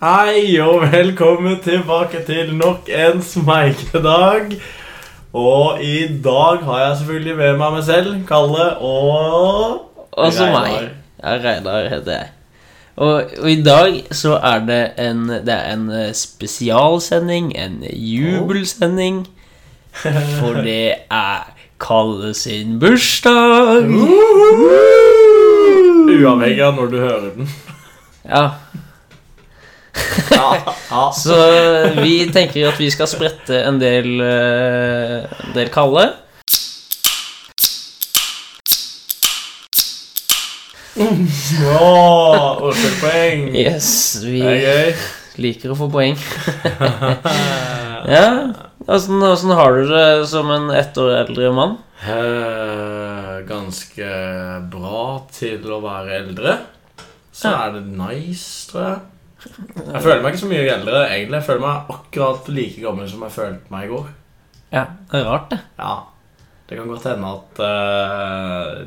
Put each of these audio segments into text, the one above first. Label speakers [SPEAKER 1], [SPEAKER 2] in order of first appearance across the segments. [SPEAKER 1] Hei og velkommen tilbake til nok en smeikedag. Og i dag har jeg selvfølgelig med meg meg selv, Kalle og
[SPEAKER 2] Også
[SPEAKER 1] Reidar.
[SPEAKER 2] meg. Ja, Reidar heter jeg. Og, og i dag så er det en, det er en eh, spesialsending, en jubelsending. For det er Kalle sin bursdag.
[SPEAKER 1] Uavhengig av når du hører den.
[SPEAKER 2] Ja, så vi tenker at vi skal sprette en del, eh, en del Kalle.
[SPEAKER 1] Åh, Oslo-poeng.
[SPEAKER 2] Yes, vi
[SPEAKER 1] Det er gøy.
[SPEAKER 2] liker å få poeng. Ja, Åssen åssen har du det som en ett år eldre mann?
[SPEAKER 1] Eh, ganske bra til å være eldre. Så
[SPEAKER 2] Ja.
[SPEAKER 1] er det nice, tror jeg. Jeg føler meg ikke så mye eldre, egentlig. Jeg føler meg akkurat like gammel som jeg følte meg i går.
[SPEAKER 2] Ja, det er rart, det.
[SPEAKER 1] Ja, det kan godt hende at eh,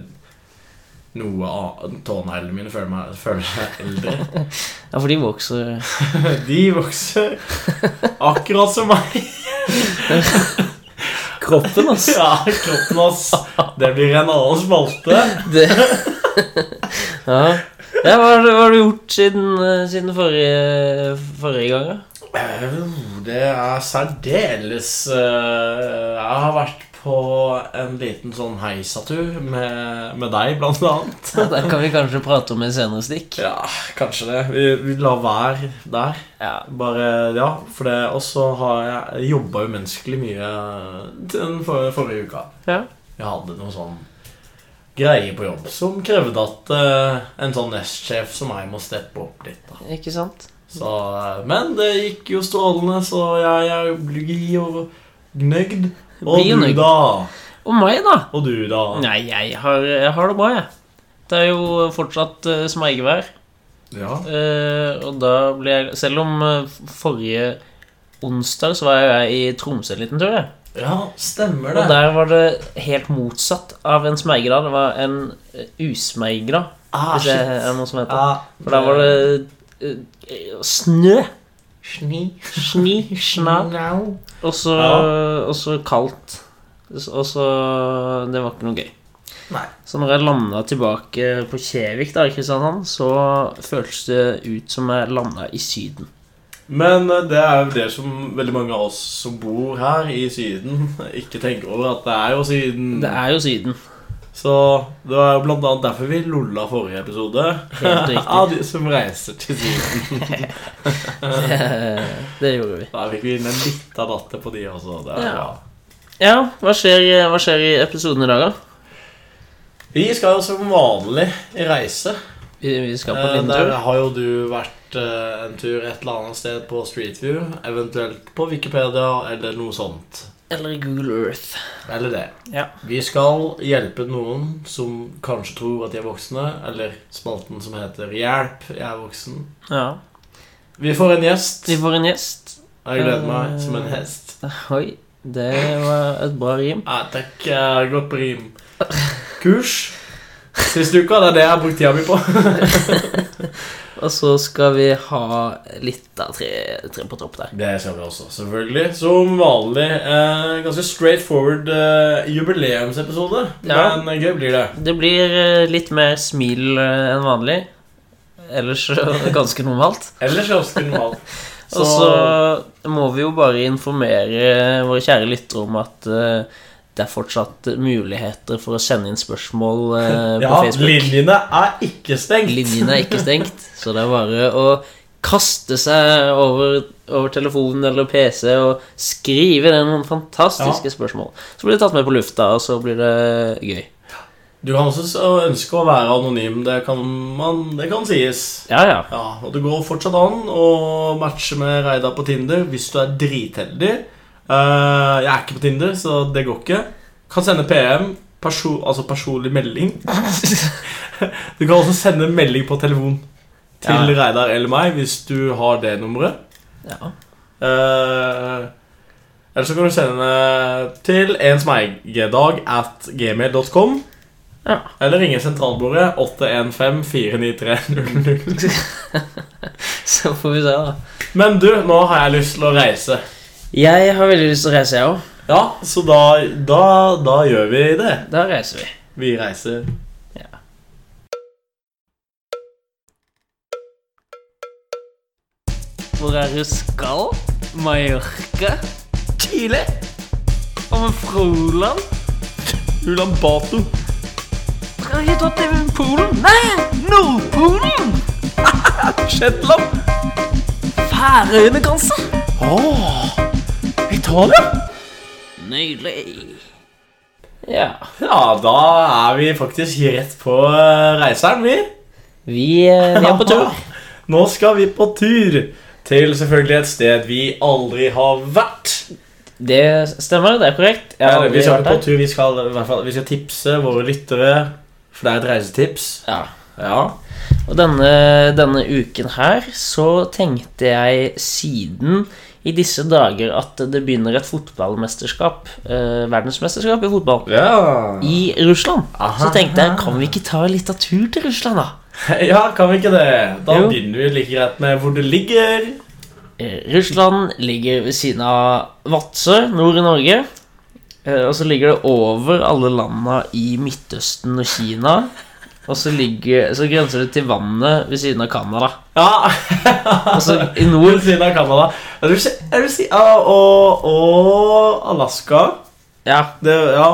[SPEAKER 1] noe av tåneglene mine føler, meg, føler seg eldre.
[SPEAKER 2] Ja, for de vokser
[SPEAKER 1] De vokser akkurat som meg.
[SPEAKER 2] Kroppen, altså.
[SPEAKER 1] Ja, kroppen hans. Det blir en annen spalte.
[SPEAKER 2] Det. Ja. ja, hva har du- hva har du gjort siden, eh, siden forrige, forrige gang, da?
[SPEAKER 1] Eh, Det er særdeles eh, Jeg har vært på en liten sånn heisatur med, med deg, blant annet.
[SPEAKER 2] Ja, Den kan vi kanskje prate om i senere stikk.
[SPEAKER 1] Ja, kanskje det. Vi, vi lar være der.
[SPEAKER 2] Ja.
[SPEAKER 1] Bare, ja, for det Og så har jeg jobba umenneskelig mye eh, den for, forrige uka.
[SPEAKER 2] Ja.
[SPEAKER 1] Jeg hadde noe sånn greie på jobb som krevde at eh, en sånn nestsjef som meg må steppe opp litt. da
[SPEAKER 2] Ikke sant?
[SPEAKER 1] så, eh, Men det gikk jo strålende, så jeg, jeg blir blid og gnøgd. Og
[SPEAKER 2] Blid og
[SPEAKER 1] du,
[SPEAKER 2] nøgd.
[SPEAKER 1] da?
[SPEAKER 2] Og meg, da?
[SPEAKER 1] Og du, da?
[SPEAKER 2] Nei, jeg har, jeg har det bra, jeg. Det er jo fortsatt uh, smeigevær.
[SPEAKER 1] Ja.
[SPEAKER 2] eh, og da ble jeg Selv om eh, forrige onsdag så var jeg i Tromsø en liten tur, jeg.
[SPEAKER 1] ja, stemmer
[SPEAKER 2] Og
[SPEAKER 1] det.
[SPEAKER 2] der var det helt motsatt av en smeigedag. Det var en eh, usmeigedag,
[SPEAKER 1] Ah,
[SPEAKER 2] hvis det
[SPEAKER 1] shit.
[SPEAKER 2] er noe som heter.
[SPEAKER 1] Ja,
[SPEAKER 2] For der var det eh, snø.
[SPEAKER 1] Sni.
[SPEAKER 2] Sni. Sna.
[SPEAKER 1] Snau.
[SPEAKER 2] Og så
[SPEAKER 1] Ja.
[SPEAKER 2] og så kaldt. Og så Det var ikke noe gøy.
[SPEAKER 1] Nei.
[SPEAKER 2] Så når jeg landa tilbake på Kjevik, da, i Kristiansand, så føltes det ut som jeg landa i Syden.
[SPEAKER 1] Men eh, det er jo det som veldig mange av oss som bor her i Syden, ikke tenker over at det er jo Syden.
[SPEAKER 2] Det er jo Syden.
[SPEAKER 1] Så det var jo blant annet derfor vi lolla forrige episode.
[SPEAKER 2] Helt riktig.
[SPEAKER 1] Av de som reiser til Syden.
[SPEAKER 2] det gjorde vi.
[SPEAKER 1] Da fikk vi inn en lita datter på de også. Det er
[SPEAKER 2] Ja.
[SPEAKER 1] bra.
[SPEAKER 2] Ja, hva skjer, hva skjer i episoden i dag, da?
[SPEAKER 1] Vi skal jo som vanlig reise.
[SPEAKER 2] Vi, vi skal på en
[SPEAKER 1] Eh,
[SPEAKER 2] liten
[SPEAKER 1] Der
[SPEAKER 2] tur.
[SPEAKER 1] har jo du vært eh, en tur et eller annet sted på Street View, eventuelt på Wikipedia eller noe sånt.
[SPEAKER 2] Eller Google Earth.
[SPEAKER 1] Eller det.
[SPEAKER 2] Ja.
[SPEAKER 1] Vi skal hjelpe noen som kanskje tror at de er voksne, eller spalten som heter 'Hjelp, jeg er voksen'.
[SPEAKER 2] Ja.
[SPEAKER 1] Vi får en gjest.
[SPEAKER 2] Vi får Eh. en gjest.
[SPEAKER 1] Jeg gleder meg som en hest.
[SPEAKER 2] Oi, det var et bra rim.
[SPEAKER 1] Ja, takk. Jeg har gått på rim. Kurs. Siste uka. Det er det jeg har brukt tida mi på.
[SPEAKER 2] Og så skal vi ha litt av tre, tre på topp der.
[SPEAKER 1] Det skal vi også, selvfølgelig. Som vanlig. Eh, ganske straight forward eh, jubileumsepisode.
[SPEAKER 2] Ja.
[SPEAKER 1] Men eh, gøy blir det.
[SPEAKER 2] Det blir eh, litt mer smil eh, enn vanlig. Ellers eh, ganske normalt.
[SPEAKER 1] Ellers er det ganske normalt.
[SPEAKER 2] Og så må vi jo bare informere våre kjære lyttere om at eh, det er fortsatt muligheter for å sende inn spørsmål eh, på
[SPEAKER 1] ja,
[SPEAKER 2] Facebook.
[SPEAKER 1] linjene er ikke stengt.
[SPEAKER 2] Linjene er ikke stengt, så det er bare å kaste seg over, over telefonen eller PC og skrive ned noen fantastiske spørsmål. Så blir det tatt med på lufta, og så blir det gøy.
[SPEAKER 1] Du kan også s- ønske å være anonym. Det kan, man, det kan sies.
[SPEAKER 2] Ja, ja.
[SPEAKER 1] Ja, og Det går fortsatt an å matche med Reidar på Tinder hvis du er dritheldig. Eh, jeg er ikke på Tinder, så det går ikke. Kan sende PM, perso altså personlig melding. Du kan også sende melding på telefon til
[SPEAKER 2] Ja.
[SPEAKER 1] Reidar eller meg hvis du har det nummeret.
[SPEAKER 2] ja.
[SPEAKER 1] Eh, eller så kan du sende til ensmeigedag at gmail.com.
[SPEAKER 2] Ja.
[SPEAKER 1] Eller ringe sentralbordet 815 493 00.
[SPEAKER 2] Så får vi se, da.
[SPEAKER 1] Men du, nå har jeg lyst til å reise.
[SPEAKER 2] Jeg har veldig lyst til å reise, jeg òg.
[SPEAKER 1] Ja, så da, da, da gjør vi det.
[SPEAKER 2] Da reiser vi.
[SPEAKER 1] Vi reiser.
[SPEAKER 2] Hvor er du skal? Mallorca?
[SPEAKER 1] Chile!
[SPEAKER 2] Om Froland?
[SPEAKER 1] Ulan Bato.
[SPEAKER 2] Fra hytta til Polen? Nei, Nordpolen!
[SPEAKER 1] Shetland.
[SPEAKER 2] Færøyene, kanskje?
[SPEAKER 1] Åh, Italia.
[SPEAKER 2] Nydelig. Ja.
[SPEAKER 1] Ja, da er vi faktisk rett på eh, reiseren, vi.
[SPEAKER 2] Vi, eh, vi er på tur.
[SPEAKER 1] Nå skal vi på tur til selvfølgelig et sted vi aldri har vært.
[SPEAKER 2] Det stemmer, det er korrekt. Jeg har
[SPEAKER 1] Eller, vi,
[SPEAKER 2] aldri
[SPEAKER 1] skal
[SPEAKER 2] vært
[SPEAKER 1] ikke på
[SPEAKER 2] der.
[SPEAKER 1] tur, vi, skal, i hvert fall, vi skal tipse våre lyttere, for det er et reisetips.
[SPEAKER 2] Ja.
[SPEAKER 1] Ja.
[SPEAKER 2] Og denne, denne uken her så tenkte jeg siden i disse dager at det begynner et fotballmesterskap, eh, verdensmesterskap i fotball, i Russland.
[SPEAKER 1] Aha.
[SPEAKER 2] Så tenkte jeg, kan vi ikke ta litt av tur til Russland, da?
[SPEAKER 1] ja, kan vi ikke det? Da
[SPEAKER 2] Jo.
[SPEAKER 1] begynner vi like greit med hvor det ligger.
[SPEAKER 2] Eh, Russland ligger ved siden av Vadsø, nord i Norge. eh, Og så ligger det over alle landa i Midtøsten og Kina. Og så, ligger, så grenser det til vannet ved siden av Canada.
[SPEAKER 1] Ja,
[SPEAKER 2] Altså, i
[SPEAKER 1] Nord,
[SPEAKER 2] nord
[SPEAKER 1] siden av Canada. Jeg vil si, jeg vil si ja, og, og Alaska.
[SPEAKER 2] Ja,
[SPEAKER 1] Det, ja.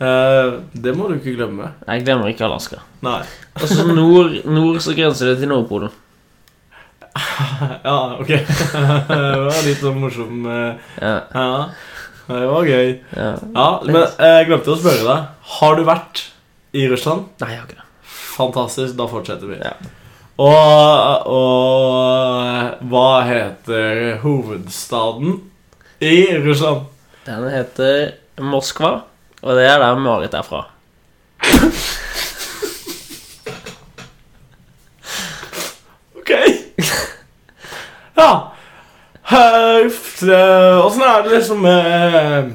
[SPEAKER 1] Eh, det må du ikke glemme.
[SPEAKER 2] jeg glemmer ikke Alaska.
[SPEAKER 1] Nei.
[SPEAKER 2] Og så nord, nord så grenser det til Nordpolen.
[SPEAKER 1] Ja, ok. det var litt sånn morsom eh,
[SPEAKER 2] Ja,
[SPEAKER 1] Ja. Det var gøy.
[SPEAKER 2] ja.
[SPEAKER 1] Ja, men eh, jeg glemte å spørre deg. Har du vært i Russland?
[SPEAKER 2] Nei, jeg har ikke det.
[SPEAKER 1] Fantastisk. Da fortsetter vi.
[SPEAKER 2] Ja.
[SPEAKER 1] Og, og hva heter hovedstaden i Russland?
[SPEAKER 2] Den heter Moskva, og det er der Marit er fra.
[SPEAKER 1] Ok. Ja. Åssen er det liksom med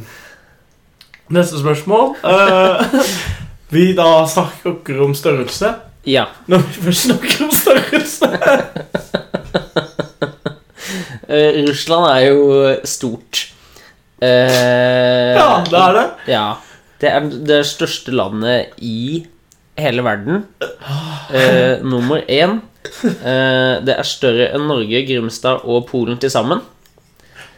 [SPEAKER 1] Neste spørsmål. Eh, vi da snakker om størrelse.
[SPEAKER 2] Ja.
[SPEAKER 1] Når vi først snakker om størrelse
[SPEAKER 2] eh, Russland er jo stort. Eh,
[SPEAKER 1] Ja, det er det.
[SPEAKER 2] Ja. Det er det største landet i hele verden. Eh, nummer én. Eh, det er større enn Norge, Grimstad og Polen til sammen.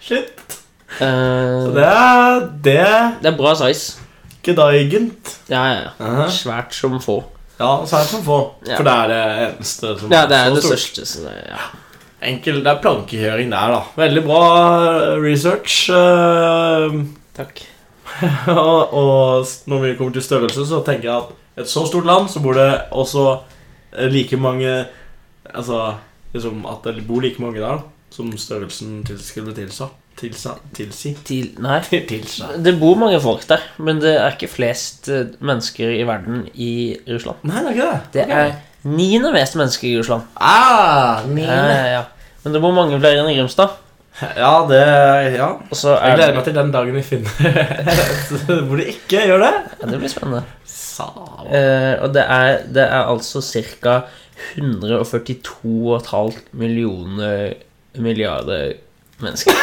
[SPEAKER 1] Shit.
[SPEAKER 2] Eh,
[SPEAKER 1] Det er Det er
[SPEAKER 2] det er bra size.
[SPEAKER 1] gedigent.
[SPEAKER 2] Ja, ja,
[SPEAKER 1] Aha.
[SPEAKER 2] ja. Svært som få.
[SPEAKER 1] Ja, så er det som få.
[SPEAKER 2] Ja.
[SPEAKER 1] For det er det eneste som
[SPEAKER 2] Ja, det er det
[SPEAKER 1] stort.
[SPEAKER 2] største. Så det, ja.
[SPEAKER 1] Enkel, det er plankekjøring der, da. Veldig bra research. eh,
[SPEAKER 2] Takk.
[SPEAKER 1] og, og når vi kommer til størrelse, så tenker jeg at et så stort land, så bor det også eh, like mange Altså liksom at det bor like mange der da, som størrelsen til, skulle tilsa. Tilsa Tilsi.
[SPEAKER 2] Til, nei.
[SPEAKER 1] Tilsa.
[SPEAKER 2] Det bor mange folk der, men det er ikke flest eh, mennesker i verden i Russland.
[SPEAKER 1] Nei, det er ikke det.
[SPEAKER 2] Det er niende mest mennesker i Russland.
[SPEAKER 1] ah,
[SPEAKER 2] Ja, ja, ja. Men det bor mange flere enn i Grimstad.
[SPEAKER 1] Ja, det Ja.
[SPEAKER 2] Og så
[SPEAKER 1] Jeg
[SPEAKER 2] er
[SPEAKER 1] gleder meg
[SPEAKER 2] det,
[SPEAKER 1] til den dagen vi finner et hvor de ikke gjør det.
[SPEAKER 2] ja, det blir spennende.
[SPEAKER 1] Sa-
[SPEAKER 2] Eh, og det er, det er altså ca. 142,5 millioner milliarder mennesker.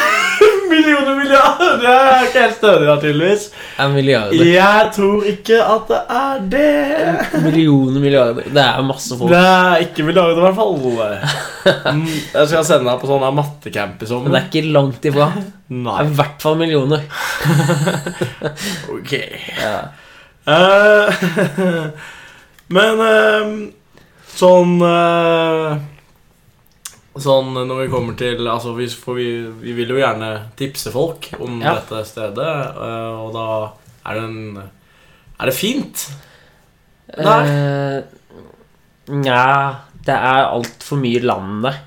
[SPEAKER 1] Millioner milliarder! Det er ikke helt stødig, naturligvis.
[SPEAKER 2] En milliarder.
[SPEAKER 1] Jeg tror ikke at det er det.
[SPEAKER 2] Millioner milliarder. Det er masse folk.
[SPEAKER 1] Det er ikke milliarder, i hvert fall. Mm, Jeg skal sende deg på sånn her mattecamp i
[SPEAKER 2] Men det
[SPEAKER 1] sommer.
[SPEAKER 2] er ikke langt ifra. Det
[SPEAKER 1] Nei.
[SPEAKER 2] er i hvert fall millioner.
[SPEAKER 1] Ok.
[SPEAKER 2] Ja.
[SPEAKER 1] Eh, Men eh, sånn eh, Sånn når vi kommer til Altså, vi, for vi, vi vil jo gjerne tipse folk om
[SPEAKER 2] Ja.
[SPEAKER 1] dette stedet, eh, og da er det en Er det fint? Nei.
[SPEAKER 2] Nei. Eh, Nja Det er altfor mye land der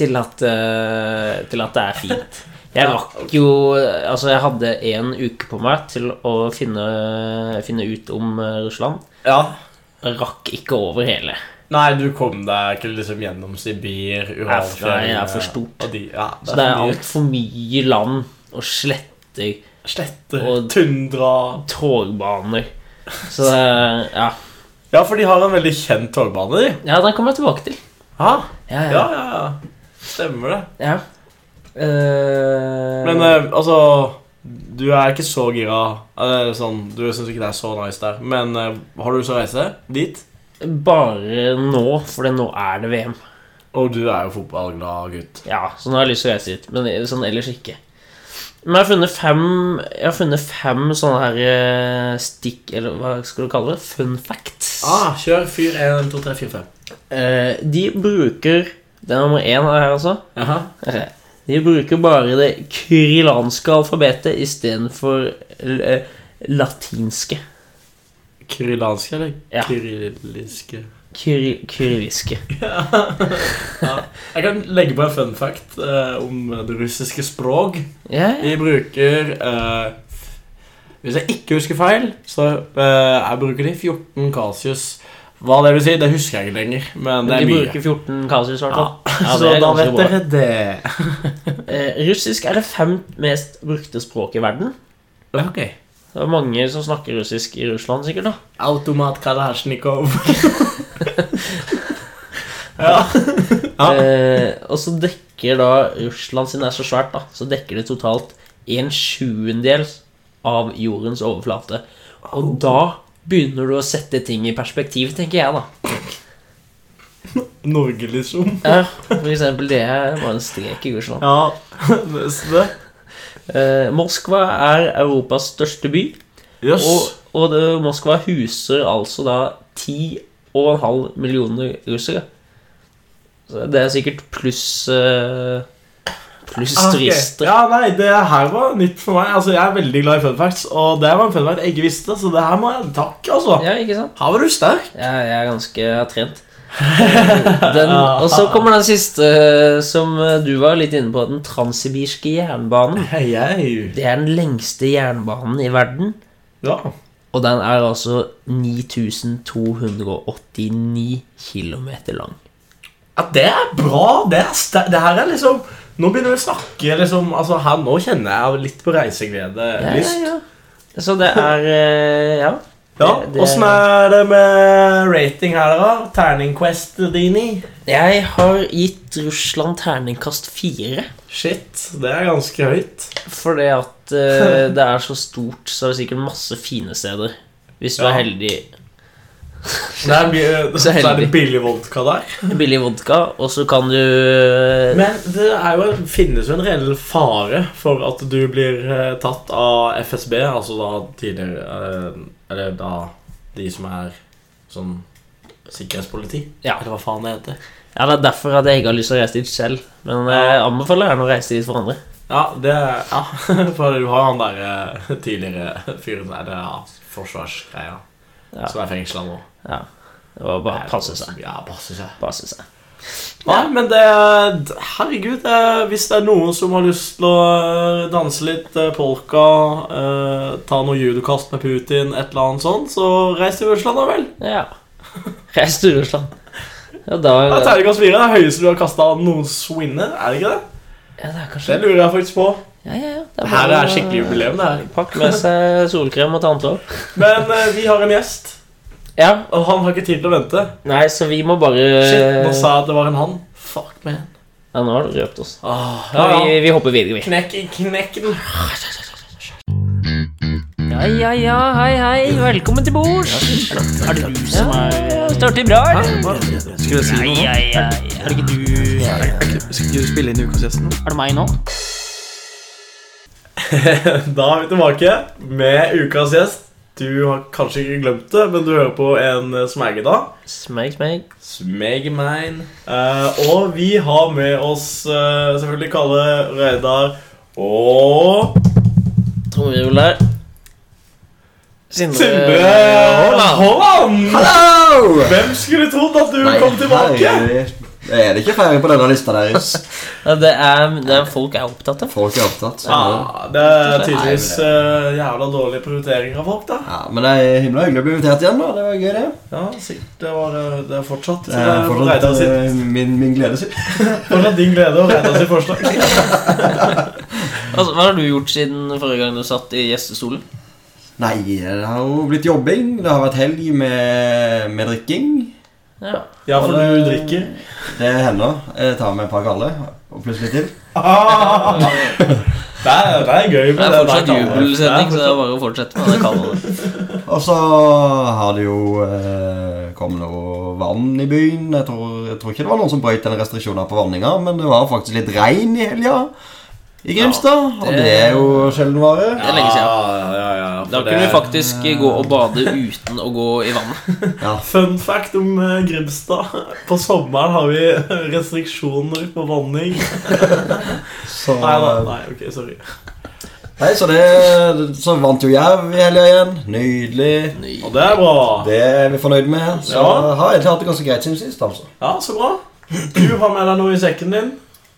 [SPEAKER 2] til at, eh, til at det er fint. Jeg
[SPEAKER 1] Ja.
[SPEAKER 2] rakk jo Altså, jeg hadde én uke på meg til å finne, finne ut om eh, Russland.
[SPEAKER 1] Ja.
[SPEAKER 2] Rakk ikke over hele.
[SPEAKER 1] Nei, du kom deg ikke liksom gjennom Sibir,
[SPEAKER 2] Nei,
[SPEAKER 1] Uralfjell eh,
[SPEAKER 2] det er for stort.
[SPEAKER 1] og de, ja,
[SPEAKER 2] Så det er
[SPEAKER 1] for mye.
[SPEAKER 2] altfor mye land og sletter,
[SPEAKER 1] Sletter,
[SPEAKER 2] og-
[SPEAKER 1] tundra
[SPEAKER 2] togbaner Så det er- ja.
[SPEAKER 1] Ja, for de har en veldig kjent togbane, de.
[SPEAKER 2] ja, den kommer jeg tilbake til.
[SPEAKER 1] Ja.
[SPEAKER 2] Ja,
[SPEAKER 1] Ja,
[SPEAKER 2] ja.
[SPEAKER 1] ja, ja. Stemmer det.
[SPEAKER 2] ja. Eh,
[SPEAKER 1] Men eh, altså Du er ikke så gira. eh, sånn, du syns ikke det er så nice der. Men eh, har du lyst til å reise dit?
[SPEAKER 2] Bare nå, for det- nå er det VM.
[SPEAKER 1] Og du er jo fotballglad gutt.
[SPEAKER 2] Ja, så nå har jeg lyst til å reise dit, men sånn ellers ikke. Men jeg har funnet fem, jeg har funnet fem sånne her eh, stikk, eller hva skal du kalle det? Fun facts.
[SPEAKER 1] Ah, kjør. Fyr 1, 2, 3, 4, 5.
[SPEAKER 2] Eh, de bruker Det er nummer én her, altså.
[SPEAKER 1] Jaha.
[SPEAKER 2] De bruker bare det kyrillanske alfabetet istedenfor eh, latinske.
[SPEAKER 1] Kyrillanske, eller?
[SPEAKER 2] Ja.
[SPEAKER 1] Kyrilliske
[SPEAKER 2] Kyri, kyrilliske.
[SPEAKER 1] Jeg kan legge på en fun fact eh, om det russiske språk.
[SPEAKER 2] Ja, ja.
[SPEAKER 1] Vi bruker eh, Hvis jeg ikke husker feil, så eh, jeg bruker de 14 Casius. Hva det vil si, det husker jeg ikke lenger, men det er
[SPEAKER 2] De
[SPEAKER 1] mye.
[SPEAKER 2] bruker 14 kasus, i hvert fall. Ja, det
[SPEAKER 1] så
[SPEAKER 2] er
[SPEAKER 1] da
[SPEAKER 2] ganske
[SPEAKER 1] vet
[SPEAKER 2] bra.
[SPEAKER 1] dere det.
[SPEAKER 2] Eh, russisk er det femt mest brukte språket i verden.
[SPEAKER 1] Ok.
[SPEAKER 2] Det er mange som snakker russisk i Russland, sikkert. da
[SPEAKER 1] Automat Kalasjnikov. ja. Ja.
[SPEAKER 2] Eh, og så dekker da Russland sin er så svært, da så dekker det totalt en sjuendedel av jordens overflate. Og da begynner du å sette ting i perspektiv, tenker jeg, da.
[SPEAKER 1] Norge, liksom.
[SPEAKER 2] Ja, for eksempel det er bare en strek i Russland.
[SPEAKER 1] Ja, nesten det.
[SPEAKER 2] Eh, Moskva er Europas største by,
[SPEAKER 1] Jøss.
[SPEAKER 2] og, og det, Moskva huser altså da 10,5 millioner russere. Så det er sikkert pluss eh, Pluss
[SPEAKER 1] Ah, ok.
[SPEAKER 2] turister.
[SPEAKER 1] Ja, nei, det her var nytt for meg. Altså, Jeg er veldig glad i fun facts, og det var en fun fact jeg ikke visste, så det her må jeg takke, altså.
[SPEAKER 2] Ja, ikke sant?
[SPEAKER 1] Her var du sterk.
[SPEAKER 2] Jeg, jeg er ganske jeg har trent. Den, og
[SPEAKER 1] Ah.
[SPEAKER 2] så kommer den siste eh, som eh, du var litt inne på, den transsibirske jernbanen.
[SPEAKER 1] Hei, hei.
[SPEAKER 2] Det er den lengste jernbanen i verden,
[SPEAKER 1] Ja.
[SPEAKER 2] og den er altså 9289 km lang.
[SPEAKER 1] ja, det er bra. Det, er ster det her er liksom Nå begynner vi å snakke, liksom. altså her, Nå kjenner jeg litt på reiseglede.
[SPEAKER 2] Ja, ja,
[SPEAKER 1] lyst.
[SPEAKER 2] ja. Så det er eh, Ja.
[SPEAKER 1] Ja,
[SPEAKER 2] Det- det-
[SPEAKER 1] Åssen er det med rating her, da? Terning Quest, Dini?
[SPEAKER 2] Jeg har gitt Russland terningkast fire.
[SPEAKER 1] Shit, det er ganske høyt.
[SPEAKER 2] Fordi at eh, det er så stort, så er det sikkert masse fine steder. Hvis du
[SPEAKER 1] Ja.
[SPEAKER 2] er heldig.
[SPEAKER 1] Det er, bi-
[SPEAKER 2] Så
[SPEAKER 1] så er det
[SPEAKER 2] heldig.
[SPEAKER 1] billig vodka der.
[SPEAKER 2] Billig vodka, og så kan du eh,
[SPEAKER 1] Men det er jo, finnes jo en reell fare for at du blir eh, tatt av FSB, altså da tidligere eh, Eller da de som er sånn sikkerhetspoliti.
[SPEAKER 2] Ja.
[SPEAKER 1] Eller hva faen det heter.
[SPEAKER 2] Ja, det er derfor at jeg ikke har lyst til å reise dit selv. Men jeg anbefaler gjerne å reise dit for andre.
[SPEAKER 1] Ja, det Ja, for du har jo han der eh, tidligere fyren der, det er ja, forsvarsgreia,
[SPEAKER 2] Ja.
[SPEAKER 1] som er fengsla nå.
[SPEAKER 2] Ja. Det var bare å passe seg.
[SPEAKER 1] Ja, passe seg.
[SPEAKER 2] Passe seg.
[SPEAKER 1] Nei, men det Herregud, eh, hvis det er noen som har lyst til å eh, danse litt eh, polka, eh, ta noe judokast med Putin, et eller annet sånt, så reis til Russland, da vel.
[SPEAKER 2] Ja. Reis til Russland. Ja, da
[SPEAKER 1] Ja,
[SPEAKER 2] ja,
[SPEAKER 1] Terningkast fire er det høyeste du har kasta noensinne, er det ikke det?
[SPEAKER 2] det er kanskje
[SPEAKER 1] Det lurer jeg faktisk på.
[SPEAKER 2] Ja, ja, ja. Det
[SPEAKER 1] Det her er skikkelig jubileum, det her.
[SPEAKER 2] Pakk med seg solkrem og tanntråd.
[SPEAKER 1] Men eh, vi har en gjest,
[SPEAKER 2] Ja.
[SPEAKER 1] og han har ikke tid til å vente.
[SPEAKER 2] Nei, så vi må bare
[SPEAKER 1] Shit, nå sa jeg at det var en han. Fuck, man.
[SPEAKER 2] Ja, nå har du røpt oss.
[SPEAKER 1] Ah, ja,
[SPEAKER 2] Ja,
[SPEAKER 1] ja.
[SPEAKER 2] Vi, vi hopper videre, vi.
[SPEAKER 1] Knekk, knekk den.
[SPEAKER 2] Ja, ja, ja. Hei, hei. Velkommen til bords.
[SPEAKER 3] Er det du som er
[SPEAKER 2] Starter bra, eller?
[SPEAKER 3] Skulle jeg si noe?
[SPEAKER 2] Ja, ja, ja.
[SPEAKER 3] Er det ikke du Er det ikke- Skal ikke du spille inn ukas gjest nå?
[SPEAKER 2] Er det meg nå?
[SPEAKER 1] Da er vi tilbake med ukas gjest. Du har kanskje ikke glemt det, men du hører på en smegge da.
[SPEAKER 2] Smeg, smeg.
[SPEAKER 1] Smegemein. Eh, og vi har med oss eh, selvfølgelig Kalle, Reidar og
[SPEAKER 2] Trommevirvel der. Sindre
[SPEAKER 1] Sindre
[SPEAKER 4] Eh,
[SPEAKER 2] Haaland.
[SPEAKER 1] Holland!
[SPEAKER 4] Hallo!
[SPEAKER 1] Hvem skulle trodd at du
[SPEAKER 4] Nei,
[SPEAKER 1] kom tilbake?
[SPEAKER 4] herregud. Det er det ikke flere på denne lista deres.
[SPEAKER 2] Ja, det, er, det er folk jeg er opptatt av.
[SPEAKER 4] Folk er opptatt. sånn er det.
[SPEAKER 1] Ja, det er tydeligvis eh, jævla dårlige prioriteringer av folk, da.
[SPEAKER 4] Ja, men det er himla hyggelig å bli invitert igjen. da, Det var gøy, det.
[SPEAKER 1] Ja, sikkert. Det, var, eh, det er fortsatt,
[SPEAKER 4] Det er fortsatt
[SPEAKER 1] Reidar sitt,
[SPEAKER 4] eh, min, min glede sitt.
[SPEAKER 1] fortsatt din glede og Reidar sitt forslag.
[SPEAKER 2] Altså, hva har du gjort siden forrige gang du satt i gjestestolen?
[SPEAKER 4] Nei, det har jo blitt jobbing. Det har vært helg med, med drikking.
[SPEAKER 2] Ja.
[SPEAKER 1] Ja, for du drikker.
[SPEAKER 4] Det hender. Jeg tar med et par galle og pluss litt til.
[SPEAKER 1] Ah! Det, er, det er gøy.
[SPEAKER 2] Det
[SPEAKER 1] med
[SPEAKER 2] er fortsatt
[SPEAKER 1] der kallet.
[SPEAKER 2] jubelsending,
[SPEAKER 1] Det
[SPEAKER 2] så det
[SPEAKER 1] er
[SPEAKER 2] er bare å fortsette med det kallet.
[SPEAKER 4] Og så har det jo eh, kommet noe vann i byen. Jeg tror, jeg tror ikke det var noen som brøt den restriksjonen på vanninga, men det var faktisk litt regn i helga i Grimstad.
[SPEAKER 2] det-
[SPEAKER 4] Og det er jo sjelden vare.
[SPEAKER 2] Det er lenge siden.
[SPEAKER 1] Ja, ja, ja, ja, for
[SPEAKER 2] Da
[SPEAKER 1] det-
[SPEAKER 2] kunne vi faktisk gå og bade uten å gå i vannet.
[SPEAKER 1] Fun fact om eh, Grimstad. På sommeren har vi restriksjoner på vanning.
[SPEAKER 4] Så,
[SPEAKER 1] Nei da. Nei, ok, sorry.
[SPEAKER 4] Nei, så, det, så vant jo Jerv i helga igjen. Nydelig.
[SPEAKER 2] Ny.
[SPEAKER 1] Og det er bra.
[SPEAKER 4] Det er vi fornøyd med. Så
[SPEAKER 1] Ja.
[SPEAKER 4] har jeg egentlig hatt det ganske greit siden sist, altså.
[SPEAKER 1] Ja, så bra. Du har med deg noe i sekken din,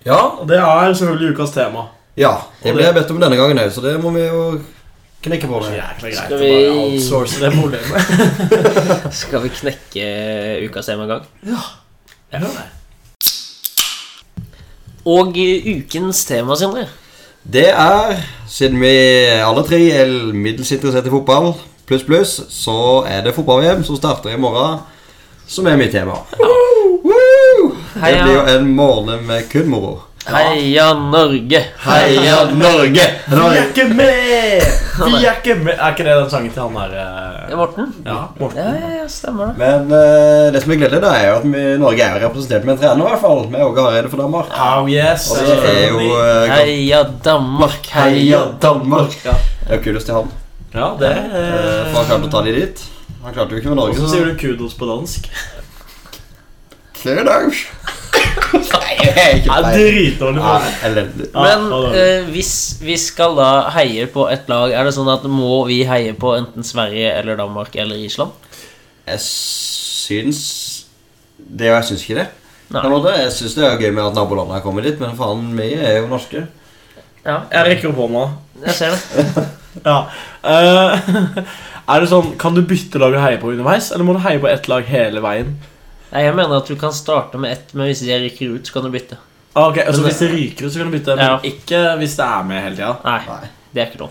[SPEAKER 4] Ja,
[SPEAKER 1] og det er selvfølgelig ukas tema.
[SPEAKER 4] ja det ble jeg bedt om denne gangen òg, så det må vi jo knekke på.
[SPEAKER 1] Så
[SPEAKER 4] Det.
[SPEAKER 1] jækla greit
[SPEAKER 2] Skal
[SPEAKER 1] å
[SPEAKER 2] vi-
[SPEAKER 1] bare outsource det problemet.
[SPEAKER 2] Skal vi knekke ukas tema en gang?
[SPEAKER 1] Ja, nei.
[SPEAKER 2] Og ukens tema, Sindre.
[SPEAKER 4] Det er, siden vi alle tre er middels interessert i fotball, pluss, pluss, så er det fotball-VM som starter i morgen, som er mitt tema. Woo! Det
[SPEAKER 2] Heia.
[SPEAKER 4] blir jo en morgen med kun moro.
[SPEAKER 2] Heia Norge!
[SPEAKER 4] Heia Norge!
[SPEAKER 1] Vi er ikke med! Vi er ikke med! Er ikke det den sangen til han der
[SPEAKER 2] Ja, Morten?
[SPEAKER 1] eh, Ja, Morten.
[SPEAKER 2] Ja, ja, ja, stemmer det.
[SPEAKER 4] Men eh, det som er gledelig, da, er jo at vi, Norge er jo representert med en trener, i hvert fall. Med Åge Hareide for Danmark.
[SPEAKER 1] Oh yes.
[SPEAKER 4] Og det er jo eh, godt-
[SPEAKER 2] Heia Danmark,
[SPEAKER 4] Heia
[SPEAKER 2] heia
[SPEAKER 4] Danmark!
[SPEAKER 1] Ja.
[SPEAKER 4] Det er jo kudos til han.
[SPEAKER 1] Ja, det
[SPEAKER 4] eh, For han klarte å ta de dit. Han klarte jo ikke med Norge,
[SPEAKER 1] Hvordan
[SPEAKER 4] så
[SPEAKER 1] sier du kudos på dansk?
[SPEAKER 4] Kudos! Nei, jeg er ikke
[SPEAKER 1] Ja,
[SPEAKER 4] feil.
[SPEAKER 1] Dritdårlig
[SPEAKER 4] Ja,
[SPEAKER 1] på
[SPEAKER 4] Elendig.
[SPEAKER 1] Ja,
[SPEAKER 2] Men
[SPEAKER 1] det var det.
[SPEAKER 2] eh, hvis vi skal da heie på et lag, er det sånn at må vi heie på enten Sverige eller Danmark eller Island?
[SPEAKER 4] Jeg syns Det og jeg syns ikke det.
[SPEAKER 2] Nei.
[SPEAKER 4] På en måte. Jeg syns det er gøy med at nabolandene har kommet dit, men faen, vi er jo norske.
[SPEAKER 2] Ja,
[SPEAKER 1] Jeg rekker opp hånda.
[SPEAKER 2] jeg ser det.
[SPEAKER 1] Ja. Eh, er det sånn, Kan du bytte lag å heie på underveis, eller må du heie på ett lag hele veien?
[SPEAKER 2] Nei, jeg mener at du kan starte med ett, men hvis de rykker ut, så kan du bytte.
[SPEAKER 1] Ah, ok, altså
[SPEAKER 2] Men det-
[SPEAKER 1] Hvis det ryker ut, så kan du bytte, men
[SPEAKER 2] Ja.
[SPEAKER 1] ikke hvis det er med hele tida.
[SPEAKER 2] Nei,
[SPEAKER 4] Nei.
[SPEAKER 2] det er ikke lov.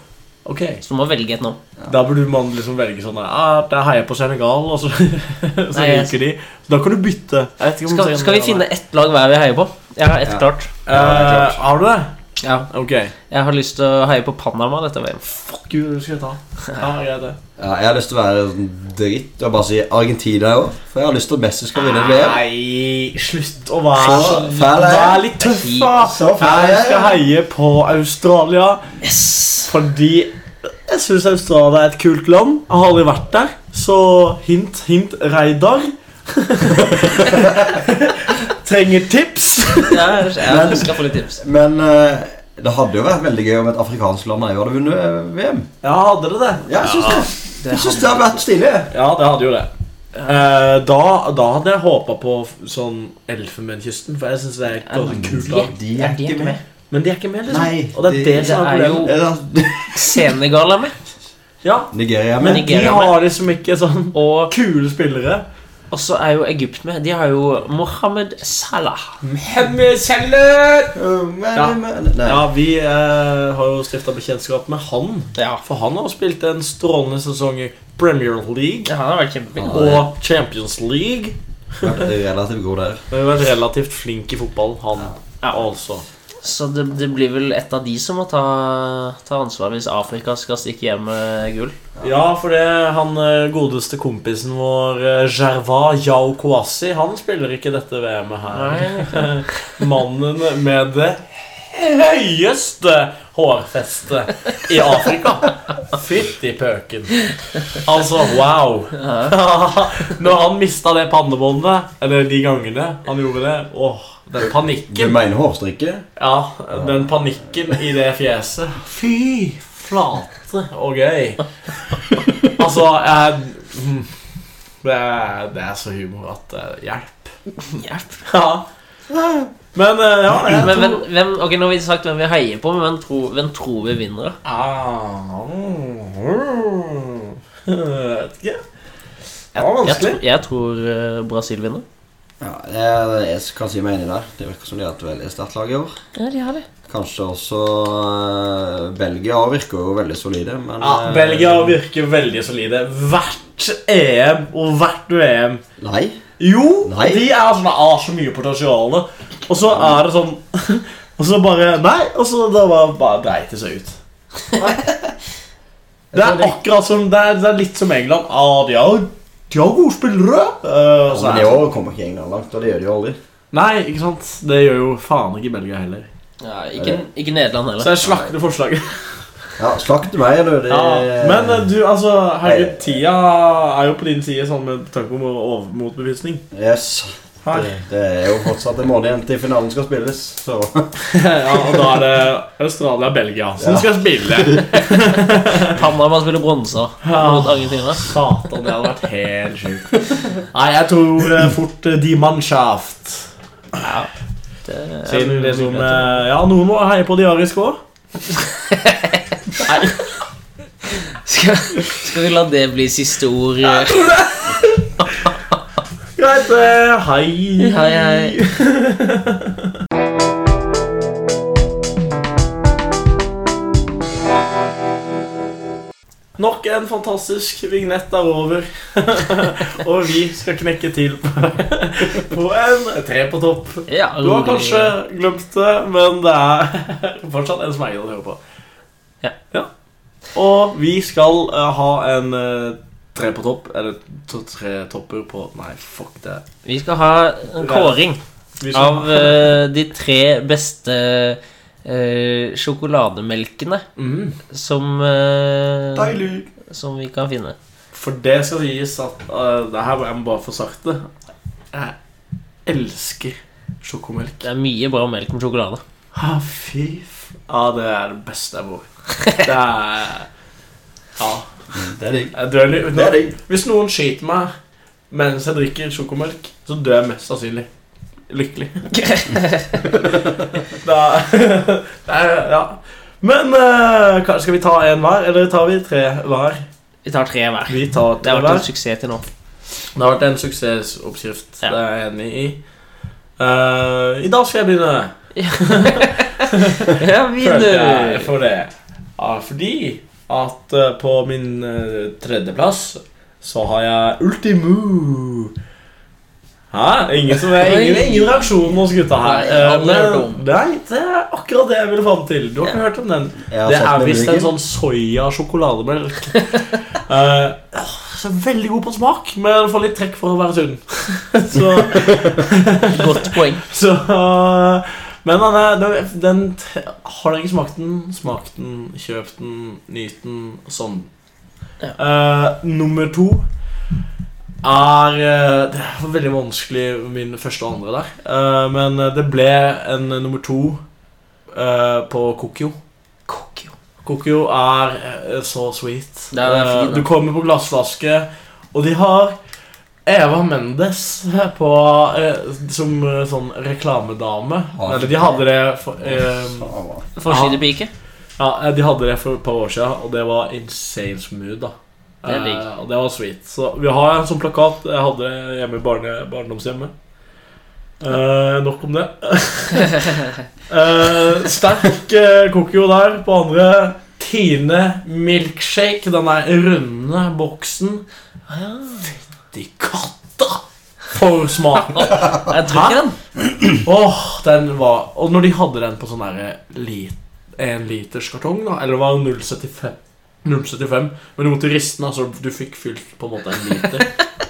[SPEAKER 1] Ok,
[SPEAKER 2] Så du må velge et nå.
[SPEAKER 1] Da burde man liksom velge sånn ah, Jeg heier på Senegal, og så, så
[SPEAKER 2] Nei, jeg-
[SPEAKER 1] ryker de. Så da kan du bytte. Jeg vet ikke om
[SPEAKER 2] Skal,
[SPEAKER 1] Senegal-
[SPEAKER 2] skal vi finne ett lag hver vi heier på? Jeg har ett
[SPEAKER 4] Ja.
[SPEAKER 2] klart.
[SPEAKER 1] Eh, Har du det?
[SPEAKER 2] Ja.
[SPEAKER 1] Ok.
[SPEAKER 2] Jeg har lyst til å heie på Panama dette VM.
[SPEAKER 1] Fuck you, skal jeg ta. Ja, greit det.
[SPEAKER 4] Ja, jeg har lyst til å være sånn dritt og bare si Argentina i år. For jeg har lyst til at Messi skal vinne et VM.
[SPEAKER 1] Nei, slutt å være
[SPEAKER 4] Så
[SPEAKER 1] sånn.
[SPEAKER 4] fæl er jeg.
[SPEAKER 1] Vær litt tøff, da.
[SPEAKER 4] Så fæl er
[SPEAKER 1] Jeg
[SPEAKER 4] jeg.
[SPEAKER 1] skal heie på Australia.
[SPEAKER 2] Yes!
[SPEAKER 1] Fordi jeg syns Australia er et kult land. Jeg har aldri vært der, så hint, hint, Reidar. Trenger tips.
[SPEAKER 2] Jeg, jeg skal få litt tips.
[SPEAKER 4] Men eh, det hadde jo vært veldig gøy om et afrikansk land òg hadde vunnet eh, VM.
[SPEAKER 1] Ja, hadde det det?
[SPEAKER 4] Ja, jeg syns det. Jeg syns det hadde vært stilig.
[SPEAKER 1] Ja, det hadde jo det. Eh, da, da hadde jeg håpa på f- sånn Elfenbenskysten, for jeg syns det er et ganske kult lag.
[SPEAKER 4] de er ikke med.
[SPEAKER 1] Men de er ikke med, liksom.
[SPEAKER 4] Nei,
[SPEAKER 1] Og det
[SPEAKER 4] de-
[SPEAKER 1] er det som er
[SPEAKER 2] det er jo-
[SPEAKER 1] problemet.
[SPEAKER 2] Senegal er med.
[SPEAKER 1] Ja,
[SPEAKER 4] Nigeria
[SPEAKER 1] men
[SPEAKER 4] men
[SPEAKER 1] de
[SPEAKER 2] Nigeria
[SPEAKER 1] har liksom ikke sånn
[SPEAKER 2] Og
[SPEAKER 1] kule spillere.
[SPEAKER 2] og så er jo Egypt med. De har jo Mohammed Salah.
[SPEAKER 1] Ja.
[SPEAKER 4] Nei.
[SPEAKER 1] Ja, vi eh, har jo stifta bekjentskap med han.
[SPEAKER 2] Ja.
[SPEAKER 1] For han har spilt en strålende sesong i Premier League
[SPEAKER 2] Ja, han har vært kjempeflink.
[SPEAKER 4] Ja, det-
[SPEAKER 1] og Champions League.
[SPEAKER 4] Relativt god der.
[SPEAKER 1] Men har vært relativt flink i fotball, han
[SPEAKER 2] Ja.
[SPEAKER 1] altså.
[SPEAKER 2] Så det, det blir vel et av de som må ta, ta ansvar hvis Afrika skal stikke hjem med gull.
[SPEAKER 1] Ja, for det han eh, godeste kompisen vår, eh, Gervais Yao Kouassi, han spiller ikke dette VM-et her. Mannen med det høyeste hårfestet i Afrika. Fytti pøken. Altså, wow. Når han mista det pannebåndet, eller de gangene han gjorde det Åh, den
[SPEAKER 4] Du
[SPEAKER 1] panikken.
[SPEAKER 4] mener hårstrikke?
[SPEAKER 1] Ja, den panikken i det fjeset. Fy flate og gøy. Altså, jeg mm, det er, det er så humor at eh, Hjelp.
[SPEAKER 2] Hjelp.
[SPEAKER 1] Ja. Men eh, ja, jeg
[SPEAKER 2] Men
[SPEAKER 1] tror
[SPEAKER 2] hvem, hvem, ok, Nå har vi sagt hvem vi heier på, men hvem tror, hvem tror vi vinner? da?
[SPEAKER 1] Ah, mm, Vet ikke. Det var
[SPEAKER 2] Jeg,
[SPEAKER 1] vanskelig.
[SPEAKER 2] tror- jeg tror eh, Brasil vinner.
[SPEAKER 4] Ja, jeg, jeg kan si meg enig der. Det virker som de har et veldig sterkt lag i år.
[SPEAKER 2] Ja, de har det.
[SPEAKER 4] Kanskje også eh, Belgia også virker jo veldig solide, men
[SPEAKER 1] Ja,
[SPEAKER 4] eh,
[SPEAKER 1] Belgia virker veldig solide. E Hvert EM og hvert VM.
[SPEAKER 4] Nei.
[SPEAKER 1] Jo,
[SPEAKER 4] Nei.
[SPEAKER 1] de er sånn ah, så mye potensial. Og så er det sånn Og så bare Nei. Og så da bare, bare dreit det seg ut. Det er akkurat som Det er, det er litt som England. Ah, de har de har gode spillere. Eh, og så
[SPEAKER 4] Men
[SPEAKER 1] er
[SPEAKER 4] det
[SPEAKER 1] det sånn,
[SPEAKER 4] år kommer ikke England langt, og det gjør de jo aldri.
[SPEAKER 1] nei, ikke sant? Det gjør jo faen ikke Belgia heller.
[SPEAKER 2] Ja, ikke, ikke Nederland
[SPEAKER 1] Så
[SPEAKER 2] heller.
[SPEAKER 1] jeg slakter forslaget.
[SPEAKER 4] Ja, Slakt meg, du. Det,
[SPEAKER 1] Ja. Men eh, du, altså Herregud, tida er jo på din side, sånn med tanke om over- motbevisning.
[SPEAKER 4] yes.
[SPEAKER 1] Her.
[SPEAKER 4] Det, det er jo fortsatt en måned igjen til finalen skal spilles. Så
[SPEAKER 1] Ja, og da er det Australia og Belgia som
[SPEAKER 4] Ja.
[SPEAKER 1] skal spille.
[SPEAKER 2] Panama spiller bronse mot Argentina.
[SPEAKER 1] Satan, det hadde vært helt sjukt. Nei, jeg tror eh, fort eh, Die Mannschaft.
[SPEAKER 2] Det er
[SPEAKER 1] Siden
[SPEAKER 2] mulig
[SPEAKER 1] liksom
[SPEAKER 2] mulighet.
[SPEAKER 1] eh, Ja, noen må heie på de ariske òg.
[SPEAKER 2] Skal, skal vi la det bli siste ord?
[SPEAKER 1] Greit. eh, Hei.
[SPEAKER 2] Hei, hei.
[SPEAKER 1] Nok en fantastisk vignett er over. Og vi skal knekke til på en tre på topp.
[SPEAKER 2] Ja,
[SPEAKER 1] Du har kanskje glemt det, men det er fortsatt en som er grei å høre på.
[SPEAKER 2] Ja.
[SPEAKER 1] Og vi skal eh, ha en eh, tre på topp, eller to, tre topper på Nei, fuck det.
[SPEAKER 2] Vi skal ha en kåring
[SPEAKER 1] Vi skal-
[SPEAKER 2] av eh, de tre beste eh, sjokolademelkene
[SPEAKER 1] Mhm.
[SPEAKER 2] som eh,
[SPEAKER 4] Deilig.
[SPEAKER 2] Som vi kan finne.
[SPEAKER 1] For det skal sies at eh, det her, Jeg må bare få sagt det. Jeg elsker sjokomelk.
[SPEAKER 2] Det er mye bra melk med sjokolade.
[SPEAKER 1] Ha, fy f... Ja, det er det beste jeg bor. Det er Ja.
[SPEAKER 4] det er digg.
[SPEAKER 1] Jeg dør litt.
[SPEAKER 4] Det er digg.
[SPEAKER 1] Hvis noen skyter meg mens jeg drikker sjokomelk, så dør jeg mest sannsynlig lykkelig. det er, det er, ja. Men eh, hva- skal vi ta en hver, eller tar vi tre hver?
[SPEAKER 2] Vi tar tre hver.
[SPEAKER 1] Vi tar
[SPEAKER 2] Det
[SPEAKER 1] tre
[SPEAKER 2] har vært en
[SPEAKER 1] hver.
[SPEAKER 2] suksess til nå.
[SPEAKER 1] Det har vært en suksessoppskrift.
[SPEAKER 2] Ja.
[SPEAKER 1] Det er jeg enig i. Eh, I dag skal jeg begynne.
[SPEAKER 2] Ja,
[SPEAKER 1] Følte jeg
[SPEAKER 2] vinner!
[SPEAKER 1] for det. Ja, fordi at eh, på min eh, tredjeplass så har jeg Ultimo. Hæ? Ingen, som er, ingen, ingen reaksjon hos gutta her.
[SPEAKER 2] Nei, han
[SPEAKER 1] Eh, men-
[SPEAKER 2] er dum.
[SPEAKER 1] nei, det er akkurat det jeg ville fram til. Du har ikke hørt om den?
[SPEAKER 4] Jeg har
[SPEAKER 1] Det
[SPEAKER 4] sett
[SPEAKER 1] er
[SPEAKER 4] den i
[SPEAKER 1] visst en
[SPEAKER 4] butikken.
[SPEAKER 1] sånn soya-sjokolademelk. Eh, åh, så veldig god på smak, men får litt trekk for å være sunn. så
[SPEAKER 2] Godt poeng.
[SPEAKER 1] så øh, Men han er, den, den Har dere ikke smakt den? Smak den, kjøp den, nyt den og sånn.
[SPEAKER 2] Ja.
[SPEAKER 1] Eh, nummer to er eh, Det var veldig vanskelig min første og andre der. Eh, men det ble en nummer to eh, på Kokyo.
[SPEAKER 2] Kokio.
[SPEAKER 1] Kokyo er eh, så sweet.
[SPEAKER 2] Det er- det er
[SPEAKER 1] Eh,
[SPEAKER 2] fint, da.
[SPEAKER 1] du kommer på glassflaske, og de har Eva Mendes på, eh, som eh, sånn reklamedame.
[SPEAKER 4] Ah,
[SPEAKER 1] Eller de hadde det for, eh,
[SPEAKER 4] Faen, hva.
[SPEAKER 2] Forsidepike.
[SPEAKER 1] ja, eh, de hadde det for et par år siden, og det var insane smooth. da
[SPEAKER 2] Det er
[SPEAKER 1] Eh,
[SPEAKER 2] digg.
[SPEAKER 1] Og det var sweet. Så vi har en sånn plakat jeg hadde hjemme i barne, barndomshjemmet. Eh, nok om det. Eh, sterk eh, Kokyo der på andre. Tine milkshake, den der runde boksen.
[SPEAKER 2] Ah.
[SPEAKER 1] Fytti katta! For smak.
[SPEAKER 2] Jeg tror ikke den.
[SPEAKER 1] Åh, den var Og når de hadde den på sånn der lit, En liters kartong da Eller det var 0,75 0,75 Men du måtte riste den, altså du fikk fylt på en måte en liter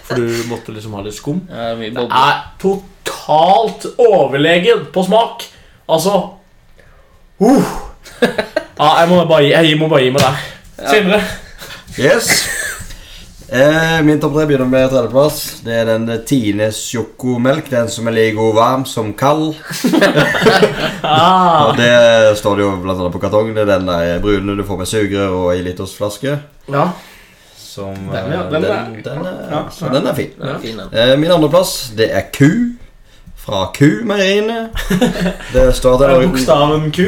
[SPEAKER 1] For du måtte liksom ha litt skum
[SPEAKER 2] Ja, det er mye boble.
[SPEAKER 1] Er totalt overlegen på smak Altså uh. Ja, jeg må bare gi, jeg må bare gi meg der Sindre
[SPEAKER 4] Yes. Eh, min topp tre begynner med tredjeplass. Det er den tiende sjokomelk. Den som er like god varm som kald.
[SPEAKER 1] ah.
[SPEAKER 4] Og det står det jo blant annet på kartongen. Det er den der brune du får med sugerør og ei litersflaske.
[SPEAKER 1] Ja,
[SPEAKER 4] Som,
[SPEAKER 1] Den, ja,
[SPEAKER 4] eh,
[SPEAKER 1] den
[SPEAKER 4] den,
[SPEAKER 1] er-
[SPEAKER 4] den, er,
[SPEAKER 1] ja,
[SPEAKER 4] så den er fin.
[SPEAKER 2] Den er fin, den.
[SPEAKER 4] Eh, min andreplass, det er ku. Fra kumeieriene. Det står at
[SPEAKER 1] det
[SPEAKER 4] den
[SPEAKER 1] er
[SPEAKER 4] er
[SPEAKER 1] bokstaven Q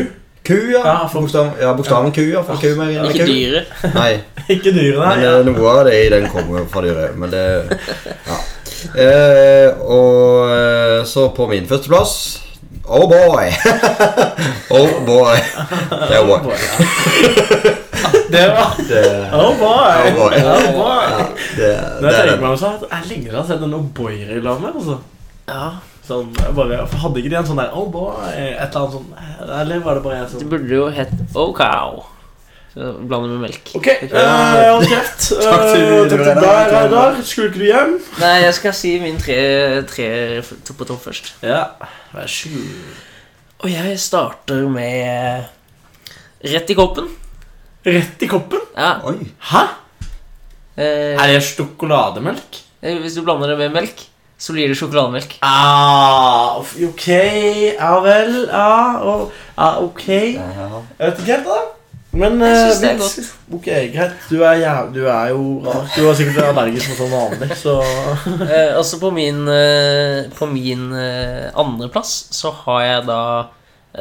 [SPEAKER 4] Ku, ja.
[SPEAKER 1] Ja, for-
[SPEAKER 4] Bokstav, ja, bokstaven ku, ja. Fra kumeieriene.
[SPEAKER 2] Ikke
[SPEAKER 4] Ku.
[SPEAKER 2] dyret.
[SPEAKER 4] Nei.
[SPEAKER 1] Ikke dyrene
[SPEAKER 4] Men
[SPEAKER 1] ja.
[SPEAKER 4] eh, noe av det i den kommer jo fra dyret. Men det Ja. Eh, og eh, så på min førsteplass Oh boy! oh boy. Det er boy.
[SPEAKER 1] Det var
[SPEAKER 4] Det,
[SPEAKER 1] Oh boy
[SPEAKER 4] Oh boy.
[SPEAKER 1] Oh boy
[SPEAKER 4] Det,
[SPEAKER 1] Når jeg
[SPEAKER 4] det er
[SPEAKER 1] tenker
[SPEAKER 4] det.
[SPEAKER 1] meg om, så er det lenge siden jeg har sett en O'Boyer i lag med. altså.
[SPEAKER 2] Ja,
[SPEAKER 1] Sånn, jeg bare, hvorfor Hadde ikke de en sånn der oh boy, et eller annet sånn Eller var det bare jeg
[SPEAKER 2] det
[SPEAKER 1] som
[SPEAKER 2] burde jo hett Ocow. Så blander med melk.
[SPEAKER 1] Ok, eh, jeg holder kjeft.
[SPEAKER 4] Takk til-
[SPEAKER 1] Eh, Takk til
[SPEAKER 4] Reidar.
[SPEAKER 1] deg, Reidar. Skulle ikke du hjem?
[SPEAKER 2] Nei, jeg skal si min tre, tre to på topp først.
[SPEAKER 1] Ja, vær så god.
[SPEAKER 2] Og jeg starter med eh, Rett i koppen.
[SPEAKER 1] Rett i koppen?
[SPEAKER 2] Ja.
[SPEAKER 4] Oi.
[SPEAKER 1] Hæ?
[SPEAKER 2] Eh,
[SPEAKER 1] Er det sjokolademelk?
[SPEAKER 2] hvis du blander det med melk, så blir det sjokolademelk.
[SPEAKER 1] Ah, of- ok, ja vel, ja, og, ja ok. Jeg
[SPEAKER 4] Ja.
[SPEAKER 1] vet ikke helt, da. Men
[SPEAKER 2] Jeg synes
[SPEAKER 1] eh,
[SPEAKER 2] det er
[SPEAKER 1] vi-
[SPEAKER 2] godt.
[SPEAKER 1] Ok, greit. Du er, jæv- du er jo rar. Du er sikkert allergisk mot sånn vanlig, så
[SPEAKER 2] Eh, også på min, eh, på min eh, andreplass så har jeg da